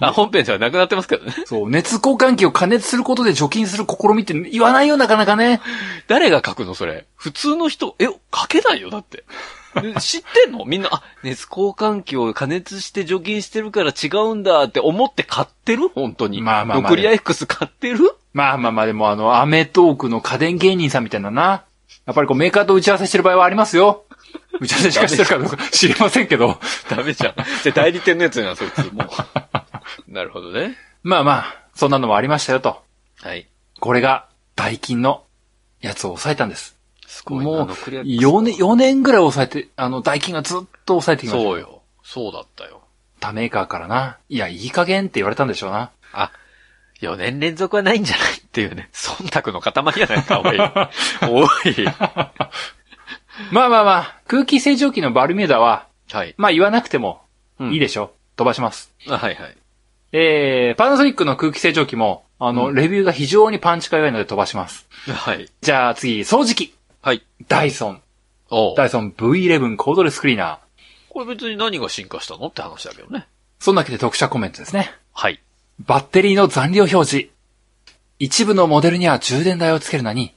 [SPEAKER 1] あ、本編ではなくなってますけどね。
[SPEAKER 2] そう、熱交換器を加熱することで除菌する試みって言わないよ、なかなかね。
[SPEAKER 1] 誰が書くのそれ。普通の人、え、書けないよ、だって。 [LAUGHS] で知ってんのみんな、あ、熱交換器を加熱して除菌してるから違うんだって思って買ってる本当に。
[SPEAKER 2] まあまあまあ
[SPEAKER 1] ノクリア X 買ってる [LAUGHS]
[SPEAKER 2] まあまあまあ、でもあの、アメトークの家電芸人さんみたいなな。やっぱりこうメーカーと打ち合わせしてる場合はありますよ。打ち合わせしかしてるかどうか知りませんけど。
[SPEAKER 1] ダメじゃん。じゃあ代理店のやつやな、そいつ。も [LAUGHS] う。なるほどね。
[SPEAKER 2] まあまあ、そんなのもありましたよと。
[SPEAKER 1] はい。
[SPEAKER 2] これが、ダイキンのやつを抑えたんです。
[SPEAKER 1] すごいな、
[SPEAKER 2] もう、
[SPEAKER 1] ノクリア X。
[SPEAKER 2] 4年、4年ぐらい抑えて、あの、代金がずっと抑えてきました。
[SPEAKER 1] そうよ。そうだったよ。
[SPEAKER 2] 他メーカーからな。いや、いい加減って言われたんでしょうな。
[SPEAKER 1] あ、4年連続はないんじゃないっていうね。忖度の塊やないか、おい。 [LAUGHS] おい。
[SPEAKER 2] まあまあまあ、空気清浄機のバルミューダは、
[SPEAKER 1] はい。
[SPEAKER 2] まあ言わなくても
[SPEAKER 1] うん
[SPEAKER 2] いいでしょう。飛ばします。
[SPEAKER 1] あはいはい。
[SPEAKER 2] えー、パナソニックの空気清浄機も、あの、
[SPEAKER 1] うん
[SPEAKER 2] レビューが非常にパンチが弱いので飛ばします。
[SPEAKER 1] はい。
[SPEAKER 2] じゃあ次、掃除機。
[SPEAKER 1] はい。
[SPEAKER 2] ダイソン。
[SPEAKER 1] おう
[SPEAKER 2] ダイソン V11 コードレスクリーナー。
[SPEAKER 1] これ別に何が進化したのって話だけどね。
[SPEAKER 2] そんなわけで特殊コメントですね。
[SPEAKER 1] はい。
[SPEAKER 2] バッテリーの残量表示。一部のモデルには充電台をつけるのに、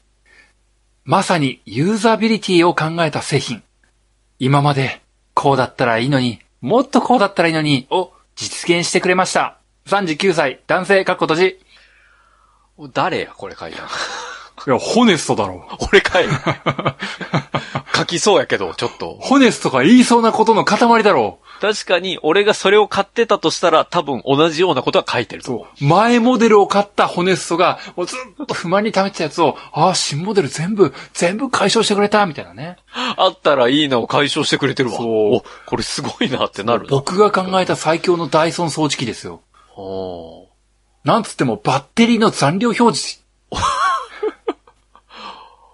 [SPEAKER 2] まさにユーザビリティを考えた製品。今まで、こうだったらいいのに、もっとこうだったらいいのに、を実現してくれました。39歳、男性、かっこ閉じ。い
[SPEAKER 1] 誰や、これ書いたの [LAUGHS]
[SPEAKER 2] や、ホネストだろ。
[SPEAKER 1] 俺かい。 [LAUGHS] 書きそうやけど、ちょっと。
[SPEAKER 2] ホネストが言いそうなことの塊だろ。
[SPEAKER 1] 確かに、俺がそれを買ってたとしたら、多分同じようなことは書いてると思う。
[SPEAKER 2] そう。前モデルを買ったホネストが、もうずっと不満に溜めてたやつを、ああ、新モデル全部、全部解消してくれた、みたいなね。
[SPEAKER 1] あったらいいなを解消してくれてるわ。
[SPEAKER 2] そう
[SPEAKER 1] お、これすごいなってなるな。
[SPEAKER 2] 僕が考えた最強のダイソン掃除機ですよ。
[SPEAKER 1] おー
[SPEAKER 2] なんつってもバッテリーの残量表示。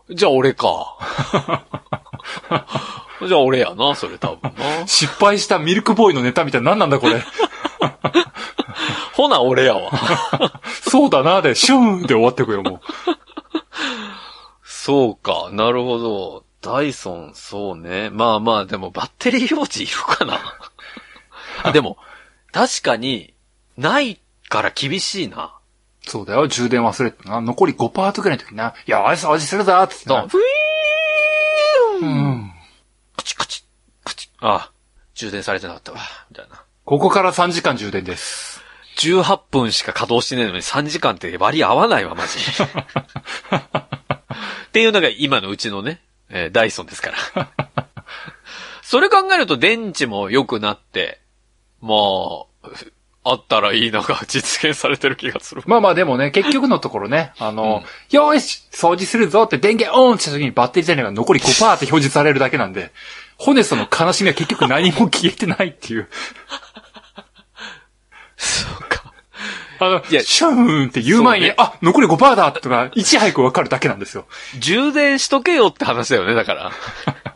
[SPEAKER 1] じゃあ俺 [LAUGHS] か。じゃあ俺やな、それ多分な。
[SPEAKER 2] 失敗したミルクボーイのネタみたいな何なんだこれ。 [LAUGHS]
[SPEAKER 1] ほな、俺やわ。
[SPEAKER 2] そうだなーで、シューンって終わってくよ、も
[SPEAKER 1] そうか、なるほど。ダイソン、そうね。まあまあ、でもバッテリー表示いるかなあ [LAUGHS] でも、確かに、ないから厳しいな。
[SPEAKER 2] う。そうだよ、充電忘れてな。残り5%ぐらいの時な。いや、あいつ味するぞーっつって
[SPEAKER 1] だ
[SPEAKER 2] な。
[SPEAKER 1] ふぃー
[SPEAKER 2] うんん。
[SPEAKER 1] カチカチ、カチ。あ、充電されてなかったわ。みたいな。
[SPEAKER 2] ここから3時間充電です。
[SPEAKER 1] 18分しか稼働してないのに3時間って割り合わないわ、マジ。っていうのが今のうちのね、えーダイソンですから。それ考えると電池も良くなって、まあ、あったらいいのが実現されてる気がする。
[SPEAKER 2] まあまあでもね、結局のところね、あの、よーし掃除するぞって電源オンした時にバッテリー残量が残り5%って表示されるだけなんで、ホネストの悲しみは結局何も消えてないっていう。
[SPEAKER 1] そうか。
[SPEAKER 2] あの、
[SPEAKER 1] いや
[SPEAKER 2] シューンって言う前に、
[SPEAKER 1] そうね
[SPEAKER 2] あ、残り5%だとか、いち早くわかるだけなんですよ。
[SPEAKER 1] 充電しとけよって話だよね、だから。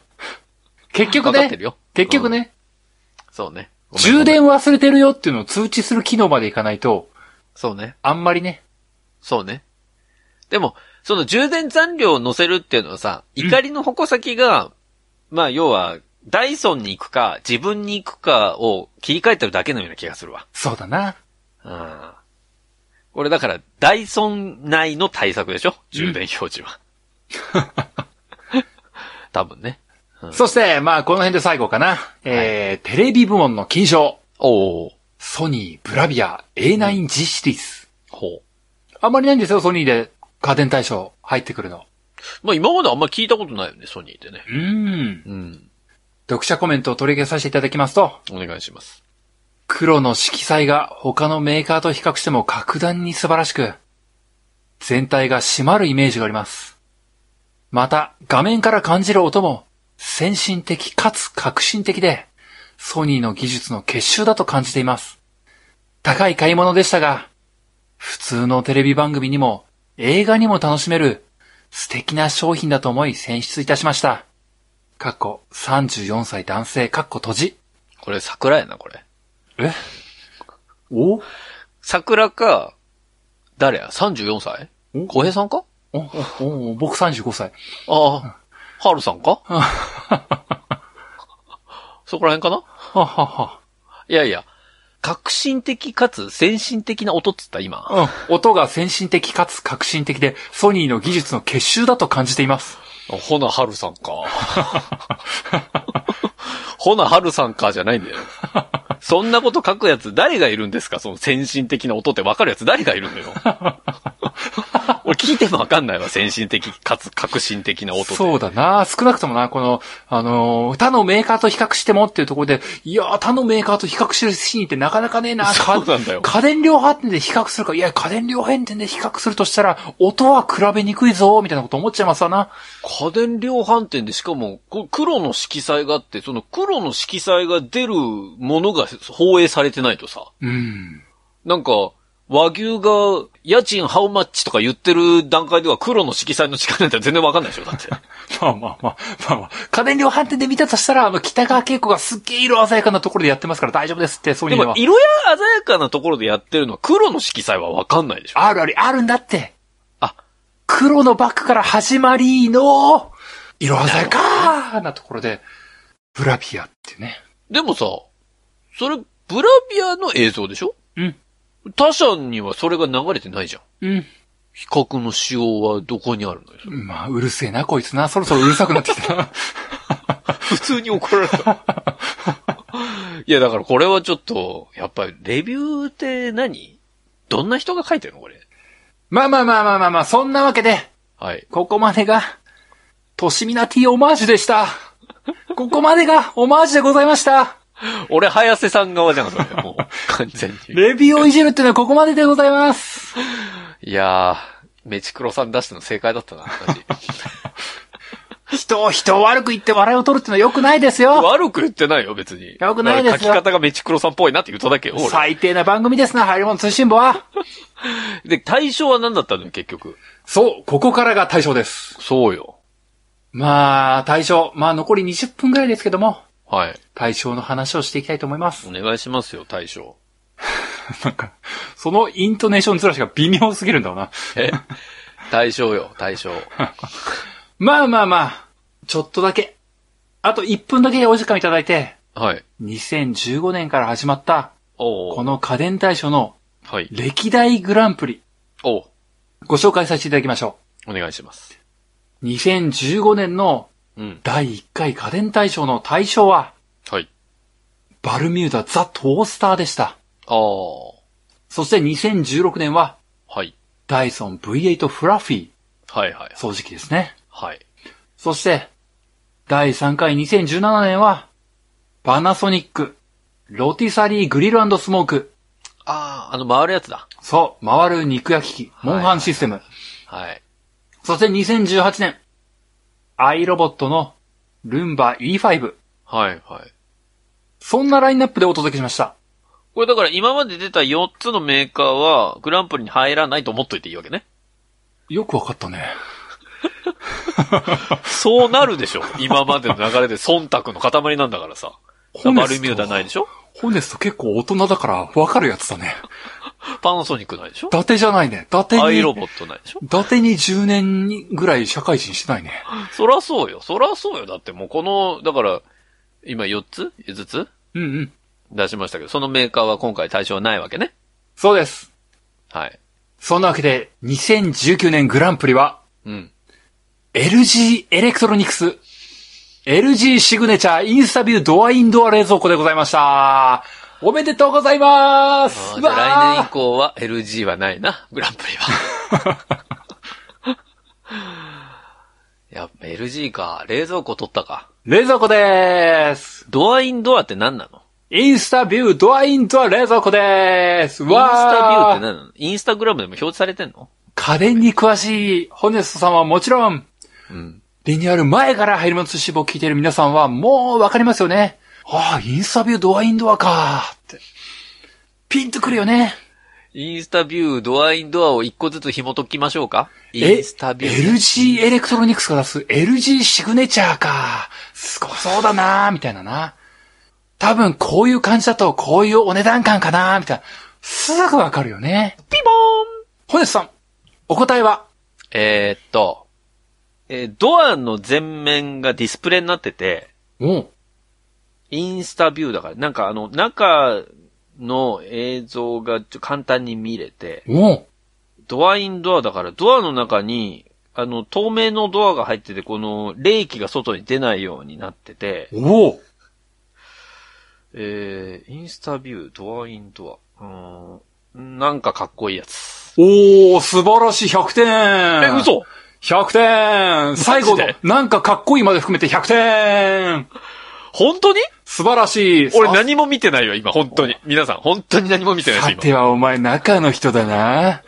[SPEAKER 2] [LAUGHS] 結局
[SPEAKER 1] わかっ
[SPEAKER 2] ね
[SPEAKER 1] てる、よ。
[SPEAKER 2] 結局ね、
[SPEAKER 1] そうね。ごめん
[SPEAKER 2] 充電忘れてるよっていうのを通知する機能までいかないと、
[SPEAKER 1] そうね。
[SPEAKER 2] あんまりね、
[SPEAKER 1] そうね。でも、その充電残量を乗せるっていうのはさ、怒りの矛先が、まあ要は、ダイソンに行くか、自分に行くかを切り替えてるだけのような気がするわ。
[SPEAKER 2] そうだな。
[SPEAKER 1] うん。俺だから、ダイソン内の対策でしょ充電表示は。多分ね。
[SPEAKER 2] そして、まあ、この辺で最後かな。えー、テレビ部門の金賞。
[SPEAKER 1] おお
[SPEAKER 2] ソニー、ブラビア、A9G シリーズ。
[SPEAKER 1] ほ
[SPEAKER 2] あんまりないんですよ、ソニーで家電対象入ってくるの。
[SPEAKER 1] う。まあ今まであんま聞いたことないよね、ソニーでね。
[SPEAKER 2] うーん。
[SPEAKER 1] うん。
[SPEAKER 2] 読者コメントを取り上げさせていただきますと、
[SPEAKER 1] お願いします。
[SPEAKER 2] 黒の色彩が他のメーカーと比較しても格段に素晴らしく、全体が締まるイメージがあります。また、画面から感じる音も、先進的かつ革新的で、ソニーの技術の結集だと感じています。高い買い物でしたが、普通のテレビ番組にも映画にも楽しめる素敵な商品だと思い選出いたしました。かっこ34歳男性かっこ閉じ。
[SPEAKER 1] これ桜やな、これ。
[SPEAKER 2] えお
[SPEAKER 1] 桜か、誰や ?34 歳
[SPEAKER 2] お
[SPEAKER 1] 小平さんか
[SPEAKER 2] お、お、お僕35歳。
[SPEAKER 1] ああ、ハルさん
[SPEAKER 2] [LAUGHS]
[SPEAKER 1] かそこら辺かな
[SPEAKER 2] はははい
[SPEAKER 1] やいや、革新的かつ先進的な音っつった今。
[SPEAKER 2] は。うん。音が先進的かつ革新的で、ソニーの技術の結集だと感じています。
[SPEAKER 1] ほな、ハルさんか。ほな、ハルさんかじゃないんだよ。そんなこと書くやつ誰がいるんですかその先進的な音ってわかるやつ誰がいるんだよ。俺聞いてもわかんないわ。先進的かつ革新的な音って。
[SPEAKER 2] そうだな少なくともな、この、あのー他のメーカーと比較してもっていうところで、いやー他のメーカーと比較してるシーンってなかな
[SPEAKER 1] [LAUGHS]
[SPEAKER 2] かねえな
[SPEAKER 1] そうなんだよ
[SPEAKER 2] か家電量販店で比較するか、いや、家電量販店で比較するとしたら、音は比べにくいぞみたいなこと思っちゃいますわな。
[SPEAKER 1] 家電量販店でしかも、こ黒の色彩があって、その黒の色彩が出るものが放映されてないとさ、
[SPEAKER 2] うん。
[SPEAKER 1] なんか、和牛が家賃ハウマッチとか言ってる段階では黒の色彩の力なんて全然わかんないでしょ、だって。
[SPEAKER 2] まあまあまあ、まあまあ。家電量販店で見たとしたら、あの、北川景子がすっげえ色鮮やかなところでやってますから大丈夫ですって、そうい
[SPEAKER 1] で
[SPEAKER 2] うの
[SPEAKER 1] も
[SPEAKER 2] は、。
[SPEAKER 1] 色や鮮やかなところでやってるのは黒の色彩はわかんないでしょ。
[SPEAKER 2] あるある、あるんだって。
[SPEAKER 1] あ、
[SPEAKER 2] 黒のバックから始まりの、色鮮やかなところで、ブラビアっていうね。
[SPEAKER 1] でもさ、それ、ブラビアの映像でしょ
[SPEAKER 2] うん。
[SPEAKER 1] 他社にはそれが流れてないじゃん。
[SPEAKER 2] うん。
[SPEAKER 1] 比較の仕様はどこにあるのよ。
[SPEAKER 2] まあ、うるせえな、こいつな。そろそろうるさくなってきたな。
[SPEAKER 1] [LAUGHS]
[SPEAKER 2] [LAUGHS]
[SPEAKER 1] 普通に怒られた。 [LAUGHS] いや、だからこれはちょっと、やっぱり、レビューって何どんな人が書いてるのこれ。
[SPEAKER 2] まあまあまあまあまあまあ、そんなわけで、
[SPEAKER 1] はい。
[SPEAKER 2] ここまでが、としみな T オマージュでした。ここまでがオマージュでございました。
[SPEAKER 1] 俺、早瀬さん側じゃん、それ。もう、完全 [LAUGHS] に。
[SPEAKER 2] レビューをいじるっていうのはここまででございます。
[SPEAKER 1] いやー、メチクロさん出しての正解だったな、私。
[SPEAKER 2] 人を人を悪く言って笑いを取るってのは良くないですよ。
[SPEAKER 1] 悪く言ってないよ、別に。
[SPEAKER 2] よくないですよ
[SPEAKER 1] だから書き方がメチクロさんっぽいなって言っただけよ、俺。
[SPEAKER 2] 最低な番組ですな、入り物通信簿は。
[SPEAKER 1] で、対象は何だったのよ、結局。
[SPEAKER 2] そう、ここからが対象です。
[SPEAKER 1] そうよ。
[SPEAKER 2] まあ、対象。まあ、残り20分ぐらいですけども、
[SPEAKER 1] はい。
[SPEAKER 2] 対象の話をしていきたいと思います
[SPEAKER 1] お。願いしますよ、対象。
[SPEAKER 2] なんか、そのイントネーションずらしが微妙すぎるんだろうな。 [LAUGHS]
[SPEAKER 1] え対象よ、対象。
[SPEAKER 2] まあまあまあ、ちょっとだけ。あと1分だけお時間いただいて、
[SPEAKER 1] はい。
[SPEAKER 2] 2015年から始まった、
[SPEAKER 1] おう
[SPEAKER 2] この家電大賞の
[SPEAKER 1] はい。
[SPEAKER 2] 歴代グランプリ、
[SPEAKER 1] おう
[SPEAKER 2] ご紹介させていただきましょ
[SPEAKER 1] お願いします。
[SPEAKER 2] う。2015年の
[SPEAKER 1] うん。
[SPEAKER 2] 第1回家電大賞の大賞は、
[SPEAKER 1] はい。
[SPEAKER 2] バルミューダザ・トースターでした。
[SPEAKER 1] ああ。
[SPEAKER 2] そして2016年は、
[SPEAKER 1] はい。
[SPEAKER 2] ダイソン V8 フラッフィー
[SPEAKER 1] はいはい。
[SPEAKER 2] 掃除機ですね。
[SPEAKER 1] はい。
[SPEAKER 2] そして、第3回2017年は、パナソニック、ロティサリーグリルスモーク、
[SPEAKER 1] ああ、あの、回るやつだ。
[SPEAKER 2] そう、回る肉焼き機、モンハンシステム。
[SPEAKER 1] はい。
[SPEAKER 2] そして2018年、アイロボットのルンバ E5。
[SPEAKER 1] はいはい。
[SPEAKER 2] そんなラインナップでお届けしました。
[SPEAKER 1] これだから今まで出た4つのメーカーは、グランプリに入らないと思っといていいわけね。
[SPEAKER 2] よくわかったね。
[SPEAKER 1] そうなるでしょ。今までの流れで忖度の塊なんだからさ。バ
[SPEAKER 2] ホネスト
[SPEAKER 1] ルミューダないでしょ
[SPEAKER 2] ホネスト結構大人だからわかるやつだね。
[SPEAKER 1] パナソニックないでしょ
[SPEAKER 2] 伊達じゃないね。伊達
[SPEAKER 1] ア
[SPEAKER 2] に、
[SPEAKER 1] イロ
[SPEAKER 2] 伊
[SPEAKER 1] ボットないでしょ
[SPEAKER 2] 達に10年ぐらい社会人してないね。
[SPEAKER 1] そらそうよ。そらそうよ。だってもうこの、だから、今4つ ?5 つ
[SPEAKER 2] うんうん。
[SPEAKER 1] 出しましたけど、そのメーカーは今回対象はないわけね。
[SPEAKER 2] そうです。
[SPEAKER 1] はい。
[SPEAKER 2] そんなわけで、2019年グランプリは、
[SPEAKER 1] うん。
[SPEAKER 2] LG エレクトロニクス、LG シグネチャーインスタビュードアインドア冷蔵庫でございました。おめでとうございます
[SPEAKER 1] あーじゃあ来年以
[SPEAKER 2] うわー
[SPEAKER 1] 降は LG はないな、グランプリは。 [LAUGHS] やっぱ LG か。冷蔵庫取ったか。
[SPEAKER 2] 冷蔵庫でーす。
[SPEAKER 1] ドアインドアって何なの
[SPEAKER 2] インスタビュードアインドア冷蔵庫でーす。
[SPEAKER 1] インス
[SPEAKER 2] わ
[SPEAKER 1] タビューって
[SPEAKER 2] ね。
[SPEAKER 1] 何なのインスタグラムでも表示されてんの
[SPEAKER 2] 家電に詳しいホネストさんはもちろん、
[SPEAKER 1] うん。
[SPEAKER 2] リニューアル前から入り物通信簿を聞いている皆さんはもうわかりますよね。ああ、インスタビュードアインドアかーって。ピンとくるよね。
[SPEAKER 1] インスタビュー、ドアインドアを一個ずつ紐解きましょうかインスタビュー。
[SPEAKER 2] え LG エレクトロニクスが出す LG シグネチャーか。すごそうだなーみたいなな。多分こういう感じだとこういうお値段感かなーみたいな。すぐわかるよね。
[SPEAKER 1] ピボーン
[SPEAKER 2] ホネスさん、お答えは
[SPEAKER 1] えーっと、えードアの前面がディスプレイになってて、
[SPEAKER 2] おう
[SPEAKER 1] インスタビューだから、なんかあの、中の映像がちょ簡単に見れて、
[SPEAKER 2] おう
[SPEAKER 1] ドアインドアだから、ドアの中に、あの、透明のドアが入ってて、この、冷気が外に出ないようになってて、
[SPEAKER 2] おう
[SPEAKER 1] えー、インスタビュー、ドアインドア。うーん、なんかかっこいいやつ。
[SPEAKER 2] おー、素晴らしい100
[SPEAKER 1] え、
[SPEAKER 2] 点
[SPEAKER 1] 嘘
[SPEAKER 2] !100 点最後の
[SPEAKER 1] マジ、
[SPEAKER 2] なんかかっこいいまで含めて100点
[SPEAKER 1] 本当に
[SPEAKER 2] 素晴らしい
[SPEAKER 1] 俺何も見てないよ、今、本当に。皆さん、本当に何も見てない
[SPEAKER 2] さ
[SPEAKER 1] です、今。
[SPEAKER 2] てはお前中の人だな。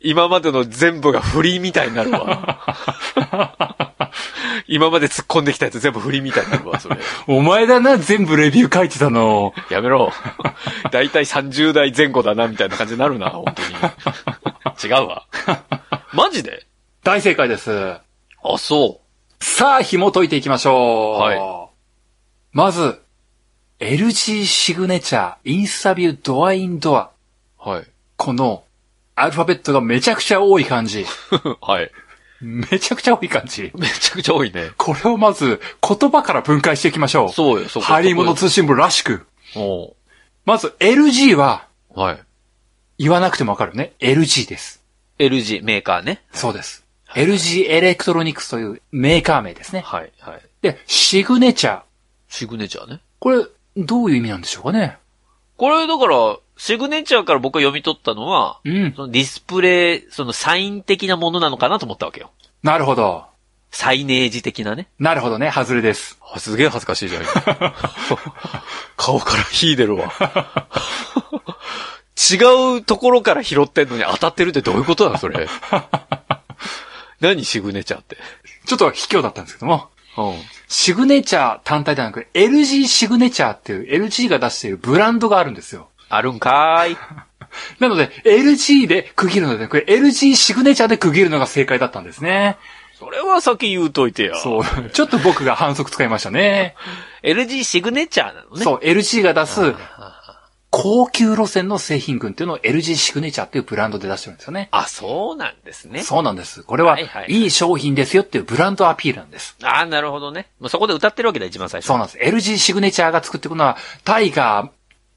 [SPEAKER 1] 今までの全部がフリーみたいになる [LAUGHS] わ。今まで突っ込んできたやつ全部フリーみたいになるわ、それ。
[SPEAKER 2] お前だな、全部レビュー書いてたの。
[SPEAKER 1] やめろ。だいたい30代前後だな、みたいな感じになるな、本当に。違うわ。マジで
[SPEAKER 2] 大正解です。
[SPEAKER 1] あ、そ
[SPEAKER 2] さあ、紐解いていきましょう。
[SPEAKER 1] は
[SPEAKER 2] まず、LG シグネチャー、インスタビュードアインドア。
[SPEAKER 1] う。はい。 [LAUGHS]
[SPEAKER 2] この、アルファベットがめちゃくちゃ多い感じ。
[SPEAKER 1] はい。
[SPEAKER 2] めちゃくちゃ多い感じ。
[SPEAKER 1] めちゃくちゃ多いね。
[SPEAKER 2] これをまず言葉から分解していきましょう。
[SPEAKER 1] そうよ、そこ。
[SPEAKER 2] ハリモノ通信部らしく。
[SPEAKER 1] お
[SPEAKER 2] まず LG は
[SPEAKER 1] うはい。
[SPEAKER 2] 言わなくてもわかるね。LG です。
[SPEAKER 1] LG、メーカーね。
[SPEAKER 2] そうです。LG エレクトロニクスというメーカー名ですね。
[SPEAKER 1] はい、はい。
[SPEAKER 2] で、シグネチャー。
[SPEAKER 1] シグネチャーね。
[SPEAKER 2] これ、どういう意味なんでしょうかね。
[SPEAKER 1] これ、だから、シグネチャーから僕が読み取ったのは、
[SPEAKER 2] うん。
[SPEAKER 1] そのディスプレイ、そのサイン的なものなのかなと思ったわけよ。
[SPEAKER 2] なるほど。
[SPEAKER 1] サイネージ的なね。
[SPEAKER 2] なるほどね。外れです。
[SPEAKER 1] すげえ恥ずかしいじゃん。顔から火出るわ。違うところから拾ってんのに当たってるってどういうことなのそれ。何シグネチャーって。
[SPEAKER 2] ちょっと卑怯だったんですけども。
[SPEAKER 1] うん。
[SPEAKER 2] シグネチャー単体ではなく、LG シグネチャーっていう LG が出しているブランドがあるんですよ。
[SPEAKER 1] あるんかーい。
[SPEAKER 2] なので、LG で区切るのではなく、LG シグネチャーで区切るのが正解だったんですね。
[SPEAKER 1] それは先言うといてや。
[SPEAKER 2] そう。ちょっと僕が反則使いましたね。
[SPEAKER 1] LG シグネチャーなのね。
[SPEAKER 2] そう、LG が出す高級路線の製品群っていうのを LG シグネチャーっていうブランドで出してるんですよね。
[SPEAKER 1] あ、そうなんですね。
[SPEAKER 2] そうなんです。これは
[SPEAKER 1] はいはいはい
[SPEAKER 2] いい商品ですよっていうブランドアピールなんです。
[SPEAKER 1] ああ、なるほどね。もうそこで歌ってるわけだ、一番最初。
[SPEAKER 2] そうなんです。LG シグネチャーが作っていくのは、タイガー、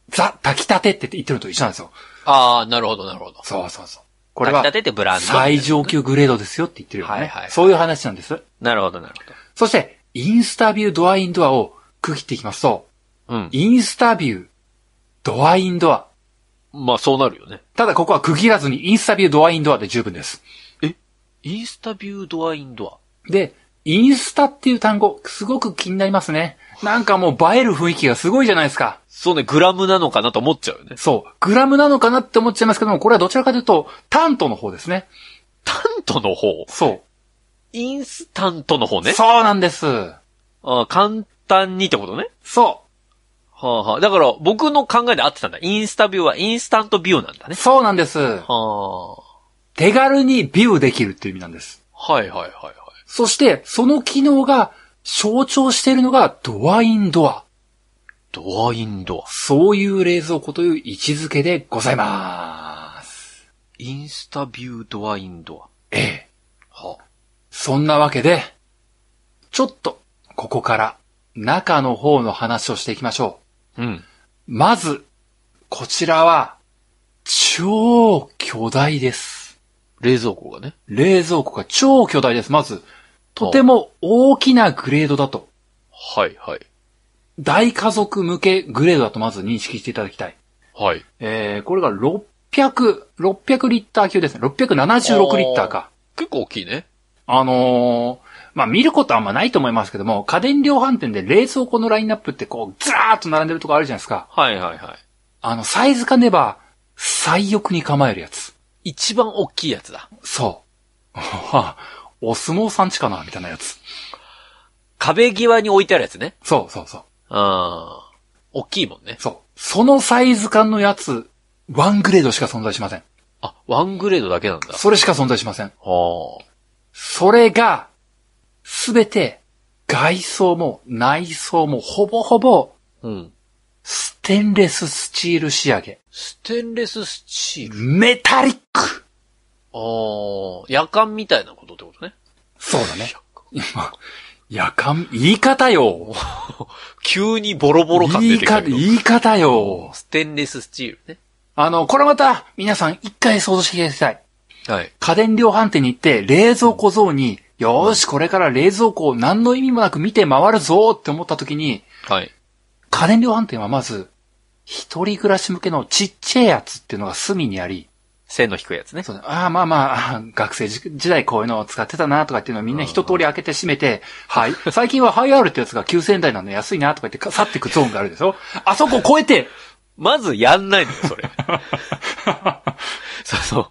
[SPEAKER 2] ザ、炊きたてって言ってるのと一緒なんですよ。
[SPEAKER 1] ああ、なるほど、なるほど。
[SPEAKER 2] そうそうそう。こ
[SPEAKER 1] こ
[SPEAKER 2] れ
[SPEAKER 1] れ
[SPEAKER 2] は、
[SPEAKER 1] 立ててブランド。
[SPEAKER 2] 最上級グレードですよって言ってるよね。
[SPEAKER 1] はいはい
[SPEAKER 2] そういう話なんです。
[SPEAKER 1] なるほど、なるほ
[SPEAKER 2] そして、インスタビュードアインドアを区切っていきますと、
[SPEAKER 1] ど。うん。
[SPEAKER 2] インスタビュー、ドアインドア。
[SPEAKER 1] まあ、そうなるよね。
[SPEAKER 2] ただここは区切らずにインスタビュードアインドアで十分です。
[SPEAKER 1] インスタビュードアインド
[SPEAKER 2] で、インスタっていう単語、すごく気になりますね。なんかもう映える雰囲気がすごいじゃないですか
[SPEAKER 1] ア。。そうね、グラムなのかなと思っちゃうよね。
[SPEAKER 2] そう。グラムなのかなって思っちゃいますけども、これはどちらかというと、タントの方ですね。
[SPEAKER 1] タントの方。
[SPEAKER 2] そ
[SPEAKER 1] インスタントの方
[SPEAKER 2] う。
[SPEAKER 1] ね。
[SPEAKER 2] そうなんです。
[SPEAKER 1] あー簡単にってことね。
[SPEAKER 2] そ
[SPEAKER 1] はあ、はあ、だから、僕の考えで合ってたんだ。インスタビューはインスタントビューなんだ
[SPEAKER 2] う。
[SPEAKER 1] ね。
[SPEAKER 2] そうなんです。
[SPEAKER 1] は
[SPEAKER 2] 手軽にビューできるっていう意味なんです。
[SPEAKER 1] あ。はいはいはいはい。
[SPEAKER 2] そして、その機能が象徴しているのがドアインドア。
[SPEAKER 1] ドアインドア。
[SPEAKER 2] そういう冷蔵庫という位置づけでございます。
[SPEAKER 1] インスタビュードアインド
[SPEAKER 2] ええ。
[SPEAKER 1] ア。はあ。
[SPEAKER 2] そんなわけで、ちょっと、ここから、中の方の話をしていきましょ
[SPEAKER 1] うん。
[SPEAKER 2] う。まず、こちらは、超巨大です。
[SPEAKER 1] 冷蔵庫がね。
[SPEAKER 2] 冷蔵庫が超巨大です。まず、とても大きなグレードだと。
[SPEAKER 1] はいはい。
[SPEAKER 2] 大家族向けグレードだとまず認識していただきたい。
[SPEAKER 1] はい。
[SPEAKER 2] えー、これが600、600リッター級ですね。676リッターか。
[SPEAKER 1] 結構大きいね。
[SPEAKER 2] あのー、まあ、見ることはあんまないと思いますけども、家電量販店で冷蔵庫のラインナップってこう、ずらーっと並んでるとこあるじゃないですか。
[SPEAKER 1] はいはいはい。
[SPEAKER 2] あの、サイズ感ねば、最欲に構えるやつ。
[SPEAKER 1] 一番大きいやつだ。
[SPEAKER 2] そう。 [LAUGHS] はあお相撲さんちかなみたいなやつ。
[SPEAKER 1] 壁際に置いてあるやつね。
[SPEAKER 2] そうそうそう。
[SPEAKER 1] ああ。大きいもんね。
[SPEAKER 2] そう。そのサイズ感のやつ、ワングレードしか存在しません。
[SPEAKER 1] あ、ワングレードだけなんだ。
[SPEAKER 2] それしか存在しません。
[SPEAKER 1] は
[SPEAKER 2] それが、すべて、外装も内装もほぼほぼ、
[SPEAKER 1] あ。うん。
[SPEAKER 2] ステンレススチール仕上げ。
[SPEAKER 1] ステンレススチール。
[SPEAKER 2] メタリック
[SPEAKER 1] ああ。夜間みたいなことってことね。
[SPEAKER 2] そうだね。 [LAUGHS] 今、夜間、言い方よ。
[SPEAKER 1] 急にボロボロ感
[SPEAKER 2] 言
[SPEAKER 1] 出
[SPEAKER 2] い
[SPEAKER 1] てく
[SPEAKER 2] 方、
[SPEAKER 1] る。
[SPEAKER 2] 言い方よ。
[SPEAKER 1] ステンレススチールね。
[SPEAKER 2] あの、これまた、皆さん一回想像してください。
[SPEAKER 1] はい。
[SPEAKER 2] 家電量販店に行って、冷蔵庫ゾーンに、よーし、これから冷蔵庫を何の意味もなく見て回るぞーって思った時に、
[SPEAKER 1] はい。
[SPEAKER 2] 家電量販店はまず、一人暮らし向けのちっちゃいやつっていうのが隅にあり、
[SPEAKER 1] 背の低いやつね。
[SPEAKER 2] そうねああ、まあまあ [LAUGHS] あー、学生時時代こういうのを使ってたなとかっていうのをみんな一通り開けて閉めて、はい。 [LAUGHS] 最近はハイアールってやつが9000円台なんで安いなとか言ってか去ってくゾーンがあるでしょあそこ超えて、
[SPEAKER 1] まずやんないのよ、それ。そうそう。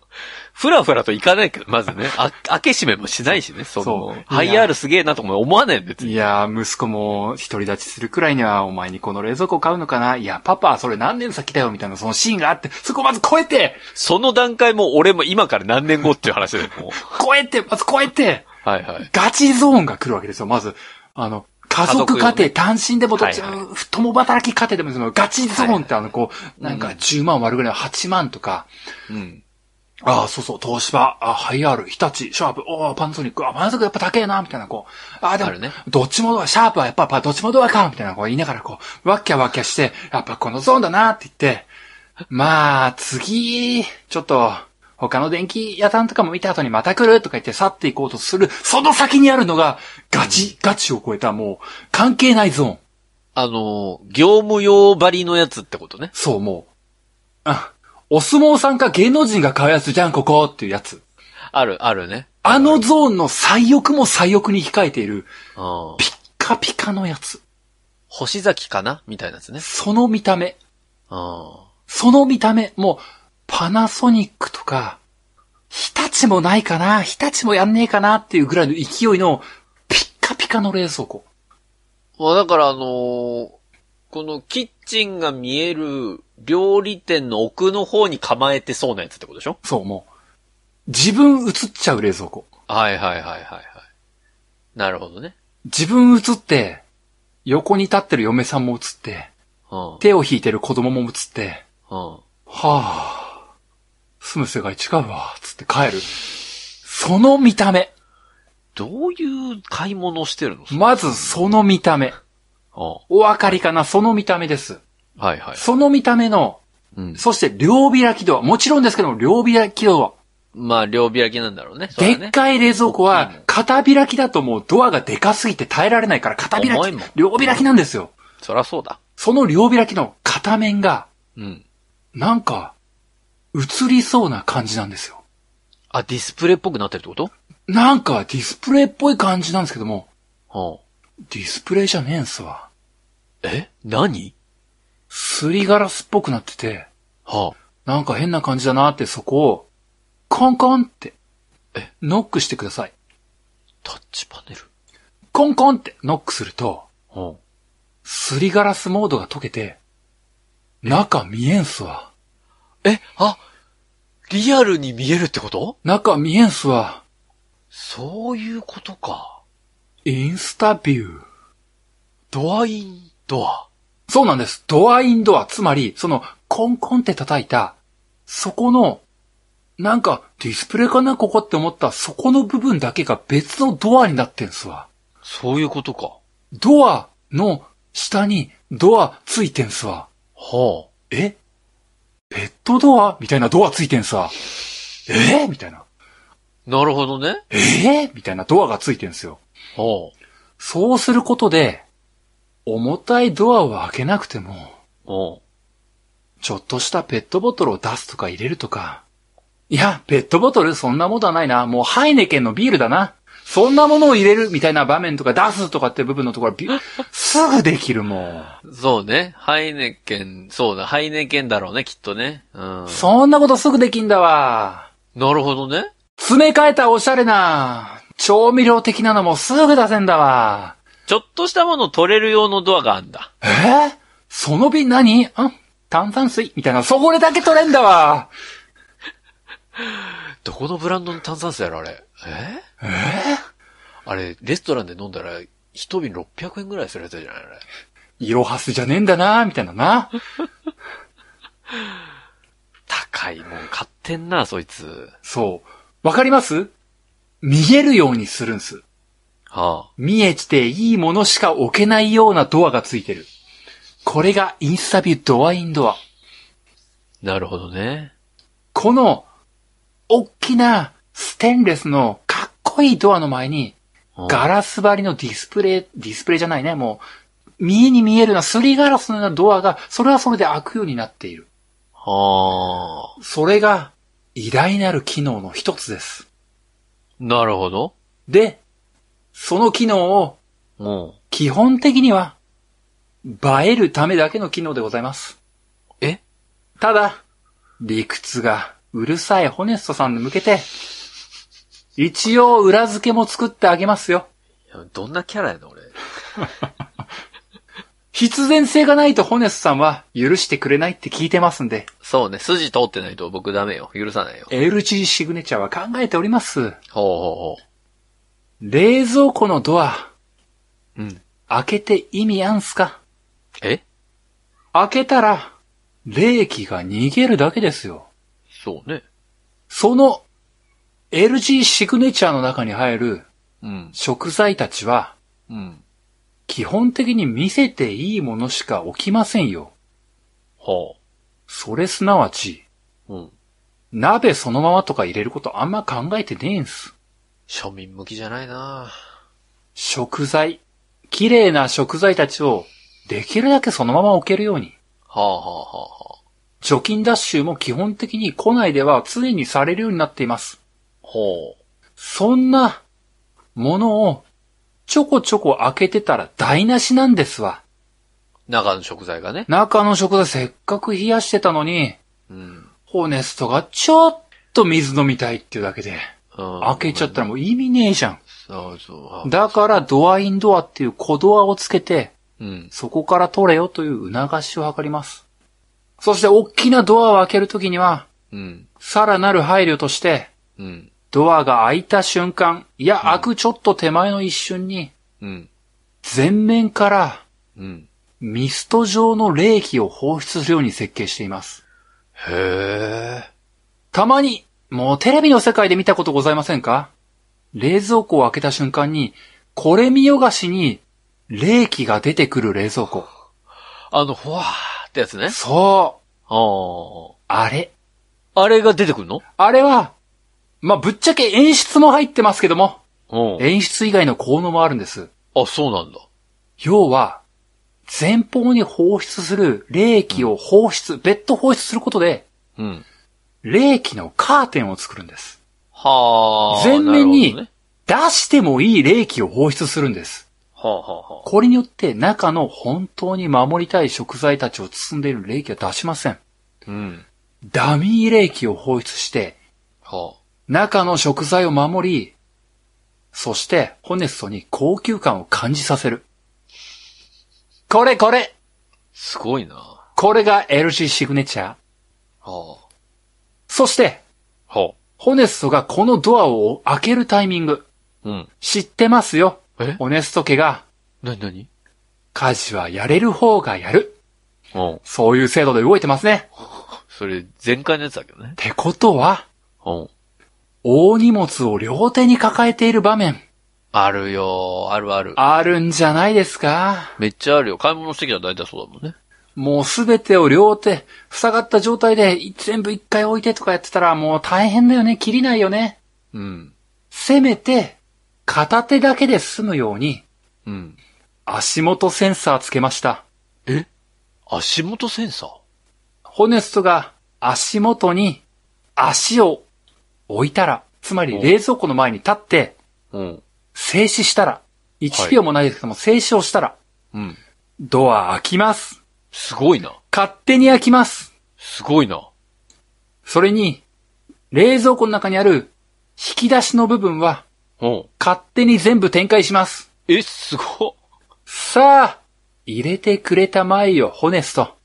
[SPEAKER 1] ふらふらといかないけど、まずね。あ、開け閉めもしないしね、そ
[SPEAKER 2] そう
[SPEAKER 1] の
[SPEAKER 2] いや、
[SPEAKER 1] ハイアールすげえなとも思わないよ、別に。
[SPEAKER 2] いやー、息子も独り立ちするくらいにはお前にこの冷蔵庫買うのかないや、パパ、それ何年先だよみたいなそのシーンがあって、そこまず超えて
[SPEAKER 1] その段階も俺も今から何年後っていう話で [LAUGHS] もう。
[SPEAKER 2] 超えてまず超えて
[SPEAKER 1] はいはい。
[SPEAKER 2] ガチゾーンが来るわけですよ。まず、あの、家族家
[SPEAKER 1] 家
[SPEAKER 2] 庭、
[SPEAKER 1] 族用ね
[SPEAKER 2] 単身でもどっち、
[SPEAKER 1] はい
[SPEAKER 2] 共働き家庭でもいいですけどガチゾーンってあの、こう、なんか
[SPEAKER 1] うん
[SPEAKER 2] 10万割るぐらいの8万とか、
[SPEAKER 1] うん。
[SPEAKER 2] ああ、そうそう、東芝、あハイアール、日立、シャープ、おーパナソニック、あ、パナソニックやっぱ高えな、みたいな、こう。ああ、でも
[SPEAKER 1] あるね
[SPEAKER 2] どっちもドア、シャープはやっぱ、やっぱどっちもドアか、みたいな、こう言いながら、こう、わっきゃわっきゃして、やっぱこのゾーンだな、って言って、まあ、次、ちょっと、他の電気屋さんとかも見た後にまた来るとか言って去っていこうとする、その先にあるのが、ガチ、ガチを超えた、もう、関係ないゾーン。
[SPEAKER 1] あの、業務用張りのやつってことね。
[SPEAKER 2] そう、もう。あ、お相撲さんか芸能人が買うやつじゃん、ここっていうやつ。
[SPEAKER 1] ある、あるね。
[SPEAKER 2] あのゾーンの最奥も最奥に控えている、
[SPEAKER 1] うん。
[SPEAKER 2] ピッカピカのやつ。
[SPEAKER 1] 星崎かなみたいなやつね。
[SPEAKER 2] その見た目。
[SPEAKER 1] うん。
[SPEAKER 2] その見た目。もう、パナソニックとか、日立もないかな、日立もやんねえかなっていうぐらいの勢いの、ピッカピカの冷蔵庫。
[SPEAKER 1] まあだからあのーこのキッチンが見える料理店の奥の方に構えてそうなやつってことでしょ
[SPEAKER 2] そう、もう。自分映っちゃう冷蔵庫。
[SPEAKER 1] はいはいはいはいはい。なるほどね。
[SPEAKER 2] 自分映って、横に立ってる嫁さんも映って、
[SPEAKER 1] うん。
[SPEAKER 2] 手を引いてる子供も映って、
[SPEAKER 1] うん。
[SPEAKER 2] はあ、住む世界違うわ、つって帰る。その見た目。
[SPEAKER 1] どういう買い物をしてるの
[SPEAKER 2] まず、その見た目。
[SPEAKER 1] うん。は
[SPEAKER 2] お分かりかなその見た目です。
[SPEAKER 1] いはい。
[SPEAKER 2] その見た目の、
[SPEAKER 1] うん。
[SPEAKER 2] そして両開きドア。もちろんですけども、両開きドア。
[SPEAKER 1] まあ、両開きなんだろうね。そう
[SPEAKER 2] で
[SPEAKER 1] だ
[SPEAKER 2] っ
[SPEAKER 1] ね。
[SPEAKER 2] かい冷蔵庫
[SPEAKER 1] 大きい
[SPEAKER 2] は
[SPEAKER 1] もん、
[SPEAKER 2] 片開きだともうドアがでかすぎて耐えられないから、片開
[SPEAKER 1] 重い
[SPEAKER 2] き
[SPEAKER 1] もん、
[SPEAKER 2] 両開きなんですよ。
[SPEAKER 1] そらそうだ。
[SPEAKER 2] その両開きの片面が、
[SPEAKER 1] うん。
[SPEAKER 2] なんか、映りそうな感じなんですよ。
[SPEAKER 1] あ、ディスプレイっぽくなってるってこと
[SPEAKER 2] なんかディスプレイっぽい感じなんですけども、
[SPEAKER 1] うん。
[SPEAKER 2] ディスプレイじゃねえんすわ。
[SPEAKER 1] え何
[SPEAKER 2] すりガラスっぽくなってて、
[SPEAKER 1] は
[SPEAKER 2] なんか変な感じだなってそこを、コンコンって
[SPEAKER 1] え、
[SPEAKER 2] ノックしてください。
[SPEAKER 1] あ、タッチパネル。
[SPEAKER 2] コンコンってノックすると、
[SPEAKER 1] うん。
[SPEAKER 2] すりガラスモードが解けて、中見えんすわ。
[SPEAKER 1] え、あ、リアルに見えるってこと
[SPEAKER 2] 中見えんすわ。
[SPEAKER 1] そういうことか。
[SPEAKER 2] インスタビュー。
[SPEAKER 1] ドアインドア。
[SPEAKER 2] そうなんです。ドアインドア。つまり、その、コンコンって叩いた、そこの、なんか、ディスプレイかなここって思った、そこの部分だけが別のドアになってんすわ。
[SPEAKER 1] そういうことか。
[SPEAKER 2] ドアの下にドアついてんすわ。
[SPEAKER 1] は
[SPEAKER 2] えペットドアみたいなドアついてんさ。えみたいな。
[SPEAKER 1] あ。なるほどね。
[SPEAKER 2] えみたいなドアがついてんすよ。
[SPEAKER 1] は
[SPEAKER 2] そうすることで、重たいドアを開けなくても、
[SPEAKER 1] あ。うん。
[SPEAKER 2] ちょっとしたペットボトルを出すとか入れるとか。いや、ペットボトルそんなものはないな。もうハイネケンのビールだな。そんなものを入れるみたいな場面とか出すとかって部分のところ、 [LAUGHS] ビすぐできるも
[SPEAKER 1] そうね。ハイネケン、そうだ、ハイネケンだろうね、きっとね。うん
[SPEAKER 2] ん。。そんなことすぐできんだわ。
[SPEAKER 1] なるほどね。
[SPEAKER 2] 詰め替えたおしゃれな、調味料的なのもすぐ出せんだわ。
[SPEAKER 1] ちょっとしたもの取れる用のドアがあんだ。
[SPEAKER 2] えーその瓶何ん炭酸水みたいな、そこでだけ取れんだわ。
[SPEAKER 1] どこのブランドの炭酸水やろ、あれ。え
[SPEAKER 2] えー
[SPEAKER 1] あれ、レストランで飲んだら、一瓶600円ぐらいするやつじゃないあれ。
[SPEAKER 2] いろはすじゃねえんだな、みたいなな。
[SPEAKER 1] 高いもん買ってんな、そいつ。
[SPEAKER 2] そう。わかります見えるようにするんす。
[SPEAKER 1] は
[SPEAKER 2] 見えていいものしか置けないようなドアがついてる。これがインスタビュードアインドア。
[SPEAKER 1] あ。なるほどね。
[SPEAKER 2] この、大きなステンレスのかっこいいドアの前に、
[SPEAKER 1] うん
[SPEAKER 2] ガラス張りのディスプレイ、ディスプレイじゃないね、もう、見えに見えるようなすりガラスのようなドアが、それはそれで開くようになっている。
[SPEAKER 1] はあ。
[SPEAKER 2] それが、偉大なる機能の一つです。
[SPEAKER 1] なるほど。
[SPEAKER 2] で、その機能を、
[SPEAKER 1] うん。
[SPEAKER 2] 基本的には、映えるためだけの機能でございます。
[SPEAKER 1] え
[SPEAKER 2] ただ、理屈がうるさいホネストさんに向けて、一応裏付けも作ってあげますよ。
[SPEAKER 1] どんなキャラやの俺。
[SPEAKER 2] 必然性がないとホネストさんは許してくれないって聞いてますんで、
[SPEAKER 1] そうね、筋通ってないと僕ダメよ。許さないよ。
[SPEAKER 2] LG シグネチャーは考えておりま
[SPEAKER 1] ほ
[SPEAKER 2] す。
[SPEAKER 1] うほ
[SPEAKER 2] 冷蔵庫のドア、
[SPEAKER 1] うほう。うん。
[SPEAKER 2] 開けて意味あんすか
[SPEAKER 1] え
[SPEAKER 2] 開けたら、冷気が逃げるだけですよ。
[SPEAKER 1] そうね。
[SPEAKER 2] その LG シグネチャーの中に入る
[SPEAKER 1] うん。
[SPEAKER 2] 食材たちは、
[SPEAKER 1] うん。
[SPEAKER 2] 基本的に見せていいものしか置きませんよ。
[SPEAKER 1] ほ
[SPEAKER 2] それすなわち、
[SPEAKER 1] う。うん。
[SPEAKER 2] 鍋そのままとか入れることあんま考えてねえんす。
[SPEAKER 1] 庶民向きじゃないな
[SPEAKER 2] 食材。綺麗な食材たちを、できるだけそのまま置けるように。
[SPEAKER 1] はあはあはあはあ。
[SPEAKER 2] 除菌ダッシュも基本的に庫内では常にされるようになっています。
[SPEAKER 1] ほう。
[SPEAKER 2] そんな、ものを、ちょこちょこ開けてたら台無しなんですわ。
[SPEAKER 1] 中の食材がね。
[SPEAKER 2] 中の食材せっかく冷やしてたのに、
[SPEAKER 1] うん。
[SPEAKER 2] ホネストがちょっと水飲みたいっていうだけで、
[SPEAKER 1] 開
[SPEAKER 2] 開けちゃったらもう意味ねえじゃ
[SPEAKER 1] そうそ
[SPEAKER 2] ん。
[SPEAKER 1] う。
[SPEAKER 2] だからドアインドアっていう小ドアをつけて、
[SPEAKER 1] うん。
[SPEAKER 2] そこから取れよという促しを図ります。そして大きなドアを開けるときには、
[SPEAKER 1] うん。
[SPEAKER 2] さらなる配慮として、
[SPEAKER 1] うん。
[SPEAKER 2] ドアが開いた瞬間、いや、開くちょっと手前の一瞬に、
[SPEAKER 1] うん。
[SPEAKER 2] 前面から
[SPEAKER 1] うん。
[SPEAKER 2] ミスト状の冷気を放出するように設計しています。
[SPEAKER 1] へえ。
[SPEAKER 2] たまに、もうテレビの世界で見たことございませんか冷蔵庫を開けた瞬間に、これ見よがしに、冷気が出てくる冷蔵庫。
[SPEAKER 1] あの、ほわーってやつね。
[SPEAKER 2] そ
[SPEAKER 1] ああ。
[SPEAKER 2] う、あれ。
[SPEAKER 1] あれが出てくるの
[SPEAKER 2] あれは、まあ、ぶっちゃけ演出も入ってますけども、
[SPEAKER 1] う
[SPEAKER 2] 演出以外の効能もあるんです。
[SPEAKER 1] ん。あ、そうなんだ。
[SPEAKER 2] 要は、前方に放出する冷気を放出、別途放出することで、
[SPEAKER 1] うん。
[SPEAKER 2] 冷気のカーテンを作るんです。
[SPEAKER 1] はあ。
[SPEAKER 2] 前面に
[SPEAKER 1] なる
[SPEAKER 2] 出してもいい冷気を放出するんです。
[SPEAKER 1] ほどねはあはあはあ。
[SPEAKER 2] これによって中の本当に守りたい食材たちを包んでいる冷気は出しません。
[SPEAKER 1] うん。
[SPEAKER 2] ダミー冷気を放出して、
[SPEAKER 1] は
[SPEAKER 2] 中の食材を守り、そして、ホネストに高級感を感じさせる。これこれ
[SPEAKER 1] あ。すごいな。は
[SPEAKER 2] これが LG シグネチャー。
[SPEAKER 1] あ。は
[SPEAKER 2] そして、
[SPEAKER 1] あ。
[SPEAKER 2] ホネストがこのドアを開けるタイミング、
[SPEAKER 1] うん。
[SPEAKER 2] 知ってますよ。
[SPEAKER 1] え
[SPEAKER 2] ホネスト家が、
[SPEAKER 1] なになに
[SPEAKER 2] 家事はやれる方がやる。
[SPEAKER 1] うん。
[SPEAKER 2] そういう制度で動いてますね。
[SPEAKER 1] それ、前回のやつだけどね
[SPEAKER 2] っ。てことは、
[SPEAKER 1] うん。
[SPEAKER 2] 大荷物を両手に抱えている場面、
[SPEAKER 1] あるよあるある。
[SPEAKER 2] あるんじゃないですか
[SPEAKER 1] めっちゃあるよ。買い物してきたら大体そうだもんね。
[SPEAKER 2] もうすべてを両手、塞がった状態で全部一回置いてとかやってたらもう大変だよね、切りないよね。
[SPEAKER 1] うん。
[SPEAKER 2] せめて、片手だけで済むように、
[SPEAKER 1] うん。
[SPEAKER 2] 足元センサーつけました。
[SPEAKER 1] 足元センサー
[SPEAKER 2] ホネストが足元に足を置いたら、つまり冷蔵庫の前に立って、
[SPEAKER 1] うん。
[SPEAKER 2] 静止したら、1秒もないですけども、静止をしたら、
[SPEAKER 1] うん。
[SPEAKER 2] ドア開きます。
[SPEAKER 1] すごいな。
[SPEAKER 2] 勝手に開きます。
[SPEAKER 1] すごいな。
[SPEAKER 2] それに、冷蔵庫の中にある引き出しの部分は
[SPEAKER 1] うん。
[SPEAKER 2] 勝手に全部展開します。
[SPEAKER 1] え、すごっ。
[SPEAKER 2] さあ、入れてくれたまえよ、ホネスト。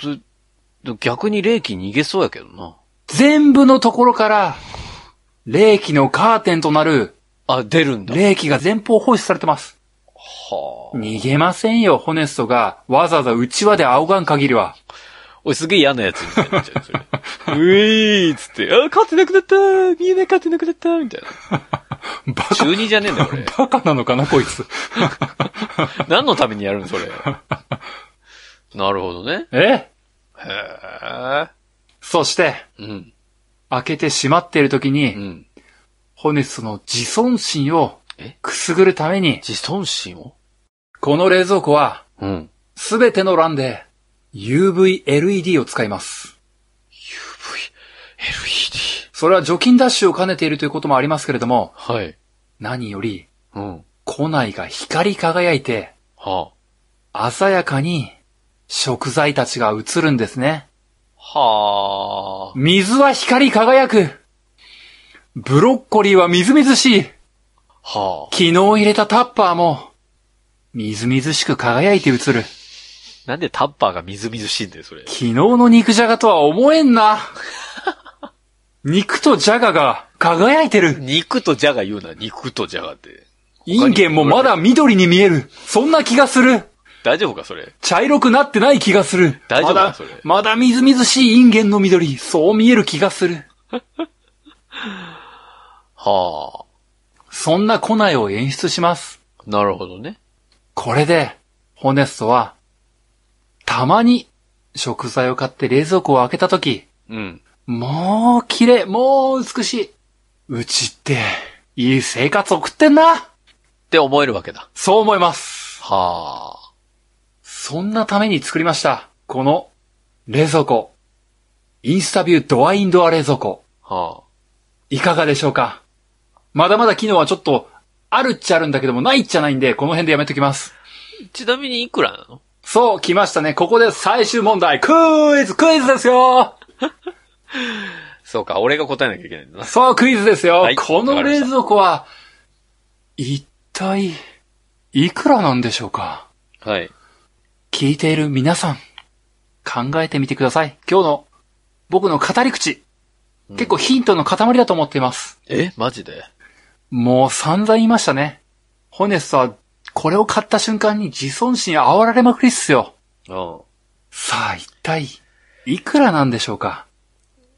[SPEAKER 1] す、逆に冷気逃げそうやけどな。
[SPEAKER 2] 全部のところから、冷気のカーテンとなる
[SPEAKER 1] あ、出るんだ。
[SPEAKER 2] 冷気が前方放出されてます。
[SPEAKER 1] はあ。
[SPEAKER 2] 逃げませんよ、ホネストが。わざわざ内輪で仰がん限りは。
[SPEAKER 1] おい、すげえ嫌なやつみたいになっちゃうそれ。 [LAUGHS] うえーっつって、あ、勝ってなくなった見えない勝ってなくなったみたいな。
[SPEAKER 2] バカ、
[SPEAKER 1] 中二じゃねえんだよ、これ。
[SPEAKER 2] バカなのかな、こいつ。
[SPEAKER 1] [LAUGHS] 何のためにやるん [LAUGHS] それ。なるほどね。
[SPEAKER 2] え
[SPEAKER 1] へえ。
[SPEAKER 2] そして、
[SPEAKER 1] うん。
[SPEAKER 2] 開けて閉まっている時に、
[SPEAKER 1] うん。
[SPEAKER 2] ホネストの自尊心を
[SPEAKER 1] え
[SPEAKER 2] くすぐるために、
[SPEAKER 1] 自尊心を
[SPEAKER 2] この冷蔵庫は
[SPEAKER 1] うん。
[SPEAKER 2] すべての欄で UVLED を使います。
[SPEAKER 1] LED。
[SPEAKER 2] それは除菌ダッシュを兼ねているということもありますけれども、
[SPEAKER 1] はい。
[SPEAKER 2] 何より、
[SPEAKER 1] うん。は
[SPEAKER 2] 庫内が光り輝いて、
[SPEAKER 1] あ。
[SPEAKER 2] 鮮やかに食材たちが映るんですね。
[SPEAKER 1] はあ。
[SPEAKER 2] 水は光り輝く。ブロッコリーはみずみずしい。
[SPEAKER 1] はあ。
[SPEAKER 2] 昨日入れたタッパーも、みずみずしく輝いて映る。
[SPEAKER 1] なんでタッパーがみずみずしいんだよ、それ。
[SPEAKER 2] 昨日の肉じゃがとは思えんな。肉とじゃがが輝いてる。
[SPEAKER 1] 肉とじゃが言うな、肉とじゃがって。
[SPEAKER 2] インゲンもまだ緑に見える。そんな気がする。
[SPEAKER 1] 大丈夫か、それ。
[SPEAKER 2] 茶色くなってない気がする。
[SPEAKER 1] 大丈夫
[SPEAKER 2] ま
[SPEAKER 1] か
[SPEAKER 2] だ
[SPEAKER 1] それ
[SPEAKER 2] まだみずみずしいインゲンの緑。そう見える気がする。
[SPEAKER 1] は
[SPEAKER 2] そんなコナイを演出します。
[SPEAKER 1] あ。なるほどね。
[SPEAKER 2] これで、ホネストは、たまに食材を買って冷蔵庫を開けたとき、
[SPEAKER 1] うん。
[SPEAKER 2] もう綺麗、もう美しい。うちって、いい生活送ってんな。
[SPEAKER 1] って思えるわけだ。
[SPEAKER 2] そう思います。
[SPEAKER 1] はあ。
[SPEAKER 2] そんなために作りました。この、冷蔵庫。インスタビュードアインドア冷蔵庫。
[SPEAKER 1] はい
[SPEAKER 2] かがでしょうかまだまだ機能はちょっと、あるっちゃあるんだけども、ないっちゃないんで、この辺でやめときます。
[SPEAKER 1] あ。ちなみにいくらなの
[SPEAKER 2] そう、来ましたね。ここで最終問題。クイズクイズですよ
[SPEAKER 1] そうか、俺が答えなきゃいけないんだな。
[SPEAKER 2] そう、クイズですよ、
[SPEAKER 1] はい
[SPEAKER 2] この冷蔵庫は、一体、いくらなんでしょうか
[SPEAKER 1] はい。
[SPEAKER 2] 聞いている皆さん、考えてみてください。今日の僕の語り口、
[SPEAKER 1] うん
[SPEAKER 2] 結構ヒントの塊だと思っています。
[SPEAKER 1] えマジで
[SPEAKER 2] もう散々言いましたね。ホネストは、これを買った瞬間に自尊心煽られまくりっすよ。
[SPEAKER 1] うん。
[SPEAKER 2] さあ、一体、いくらなんでしょうか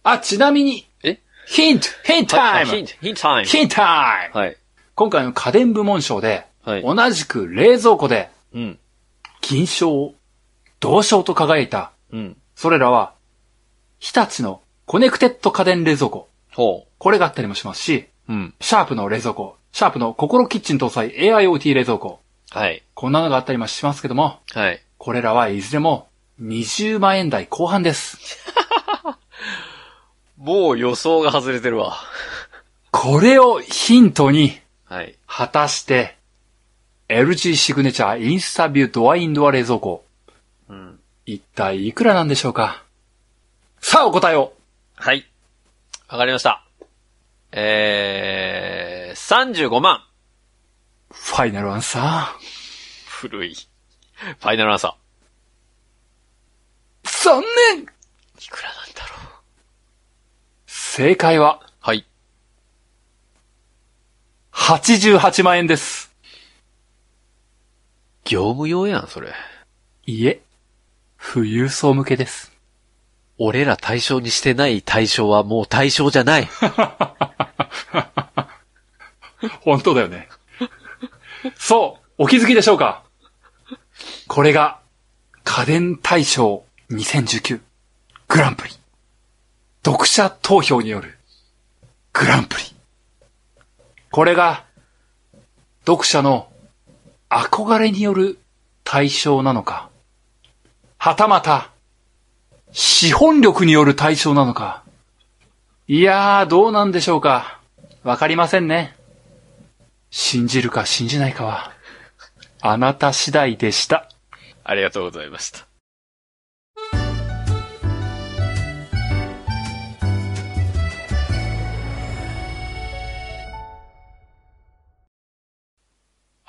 [SPEAKER 2] あ、ちなみに、
[SPEAKER 1] え
[SPEAKER 2] ヒントヒントタ
[SPEAKER 1] は
[SPEAKER 2] イ
[SPEAKER 1] いヒ
[SPEAKER 2] ム
[SPEAKER 1] ント、ヒントタイム。
[SPEAKER 2] ヒントタイム
[SPEAKER 1] はい。
[SPEAKER 2] 今回の家電部門賞で、
[SPEAKER 1] はい。
[SPEAKER 2] 同じく冷蔵庫で
[SPEAKER 1] うん。
[SPEAKER 2] 銀賞、銅賞と輝いた、
[SPEAKER 1] うん。
[SPEAKER 2] それらは、日立のコネクテッド家電冷蔵庫、
[SPEAKER 1] ほ
[SPEAKER 2] これがあったりもしますし、
[SPEAKER 1] う。うん。
[SPEAKER 2] シャープの冷蔵庫、シャープの心キッチン搭載 AIoT 冷蔵庫、
[SPEAKER 1] はい。
[SPEAKER 2] こんなのがあったりもしますけども、
[SPEAKER 1] はい。
[SPEAKER 2] これらはいずれも20万円台後半です。
[SPEAKER 1] もう予想が外れてるわ。
[SPEAKER 2] これをヒントに、
[SPEAKER 1] はい。
[SPEAKER 2] 果たして、LG シグネチャーインスタビュードアインドア冷蔵庫、
[SPEAKER 1] うん。
[SPEAKER 2] 一体いくらなんでしょうかさあお答えを
[SPEAKER 1] はい。わかりました。えー、35万。
[SPEAKER 2] ファイナルアンサー
[SPEAKER 1] 古い。ファイナルアンサ
[SPEAKER 2] 残念
[SPEAKER 1] ー。いくらなんだろう。
[SPEAKER 2] 正解は
[SPEAKER 1] はい。
[SPEAKER 2] 88万円です。
[SPEAKER 1] 業務用やん、それ。
[SPEAKER 2] いえ、富裕層向けです。
[SPEAKER 1] 俺ら対象にしてない対象はもう対象じゃない。
[SPEAKER 2] 本当だよね。そう、お気づきでしょうかこれが、家電大賞2019グランプリ。読者投票によるグランプリ。これが、読者の憧れによる対象なのか、はたまた、資本力による対象なのか。いやー、どうなんでしょうか。わかりませんね。信じるか信じないかは、あなた次第でした。
[SPEAKER 1] ありがとうございました。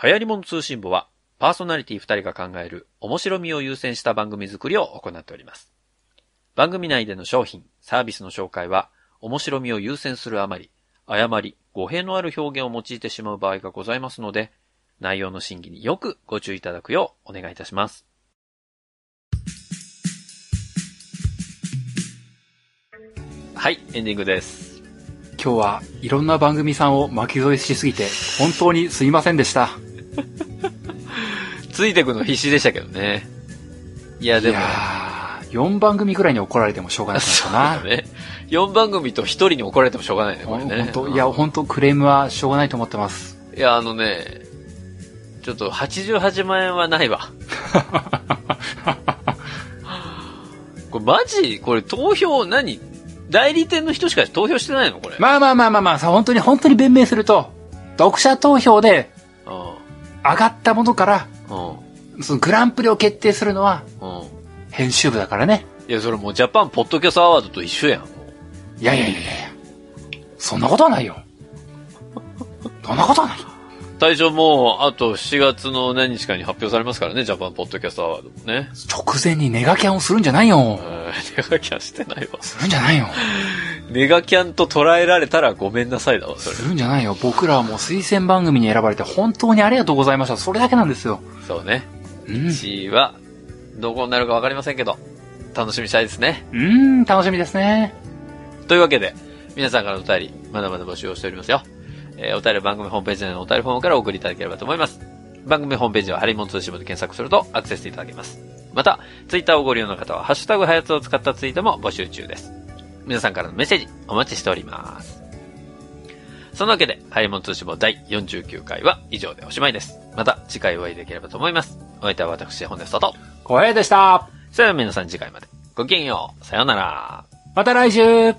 [SPEAKER 1] 流行り物通信簿は、パーソナリティ2人が考える面白みを優先した番組作りを行っております。番組内での商品、サービスの紹介は、面白みを優先するあまり、誤り、語弊のある表現を用いてしまう場合がございますので、内容の審議によくご注意いただくようお願いいたします。はい、エンディングです。
[SPEAKER 2] 今日はいろんな番組さんを巻き添えしすぎて、本当にすいませんでした。
[SPEAKER 1] ついてくの必死でしたけどね。いや、
[SPEAKER 2] い
[SPEAKER 1] でも、
[SPEAKER 2] やー、4番組くらいに怒られてもしょうがな
[SPEAKER 1] [LAUGHS]
[SPEAKER 2] い
[SPEAKER 1] そ
[SPEAKER 2] か
[SPEAKER 1] うだ
[SPEAKER 2] な。
[SPEAKER 1] ね。4番組と1人に怒られてもしょうがないね、これね
[SPEAKER 2] 本。当、いや、本当クレームはしょうがないと思ってます。
[SPEAKER 1] いや、あのね、ちょっと88万円はない
[SPEAKER 2] [LAUGHS]
[SPEAKER 1] わ。これマジこれ投票何代理店の人しか投票してないのこれ。
[SPEAKER 2] まあまあまあまあまあ、さ本当に本当に弁明すると、読者投票で
[SPEAKER 1] う
[SPEAKER 2] 上がったものから、
[SPEAKER 1] ん。うん。
[SPEAKER 2] そのグランプリを決定するのは
[SPEAKER 1] うん。
[SPEAKER 2] 編集部だからね。
[SPEAKER 1] いや、それもうジャパンポッドキャストアワードと一緒やん。
[SPEAKER 2] いやいやいやいやいやそんなことはないよ。そんなことはない。
[SPEAKER 1] 対象もう、あと7月の何日かに発表されますからね、ジャパンポッドキャストアワードもね。
[SPEAKER 2] 直前にネガキャンをするんじゃないよ
[SPEAKER 1] う。ん [LAUGHS] ネガキャンしてないわ。
[SPEAKER 2] するんじゃないよ。
[SPEAKER 1] ネガキャンと捉えられたらごめんなさいだわ、それ
[SPEAKER 2] す。るんじゃないよ。僕らはもう推薦番組に選ばれて本当にありがとうございました。それだけなんですよ。
[SPEAKER 1] そうね。
[SPEAKER 2] うん。
[SPEAKER 1] 1位は、どこになるかわかりませんけど、楽しみにしたいですね。
[SPEAKER 2] うん、楽しみですね。
[SPEAKER 1] というわけで、皆さんからのお便り、まだまだ募集をしておりますよ。えーお便りは番組ホームページ内のお便りフォームからお送りいただければと思います。番組ホームページはハリモン通信部で検索するとアクセスいただけます。また、ツイッターをご利用の方は、ハッシュタグハヤツを使ったツイートも募集中です。皆さんからのメッセージ、お待ちしております。そのわけで、ハリモン通信部第49回は以上でおしまいです。また次回お会いできればと思います。お相手は私、本根スと。
[SPEAKER 2] 小平でした。
[SPEAKER 1] それでは皆さん次回まで。ごきげんよう。さようなら。
[SPEAKER 2] また来週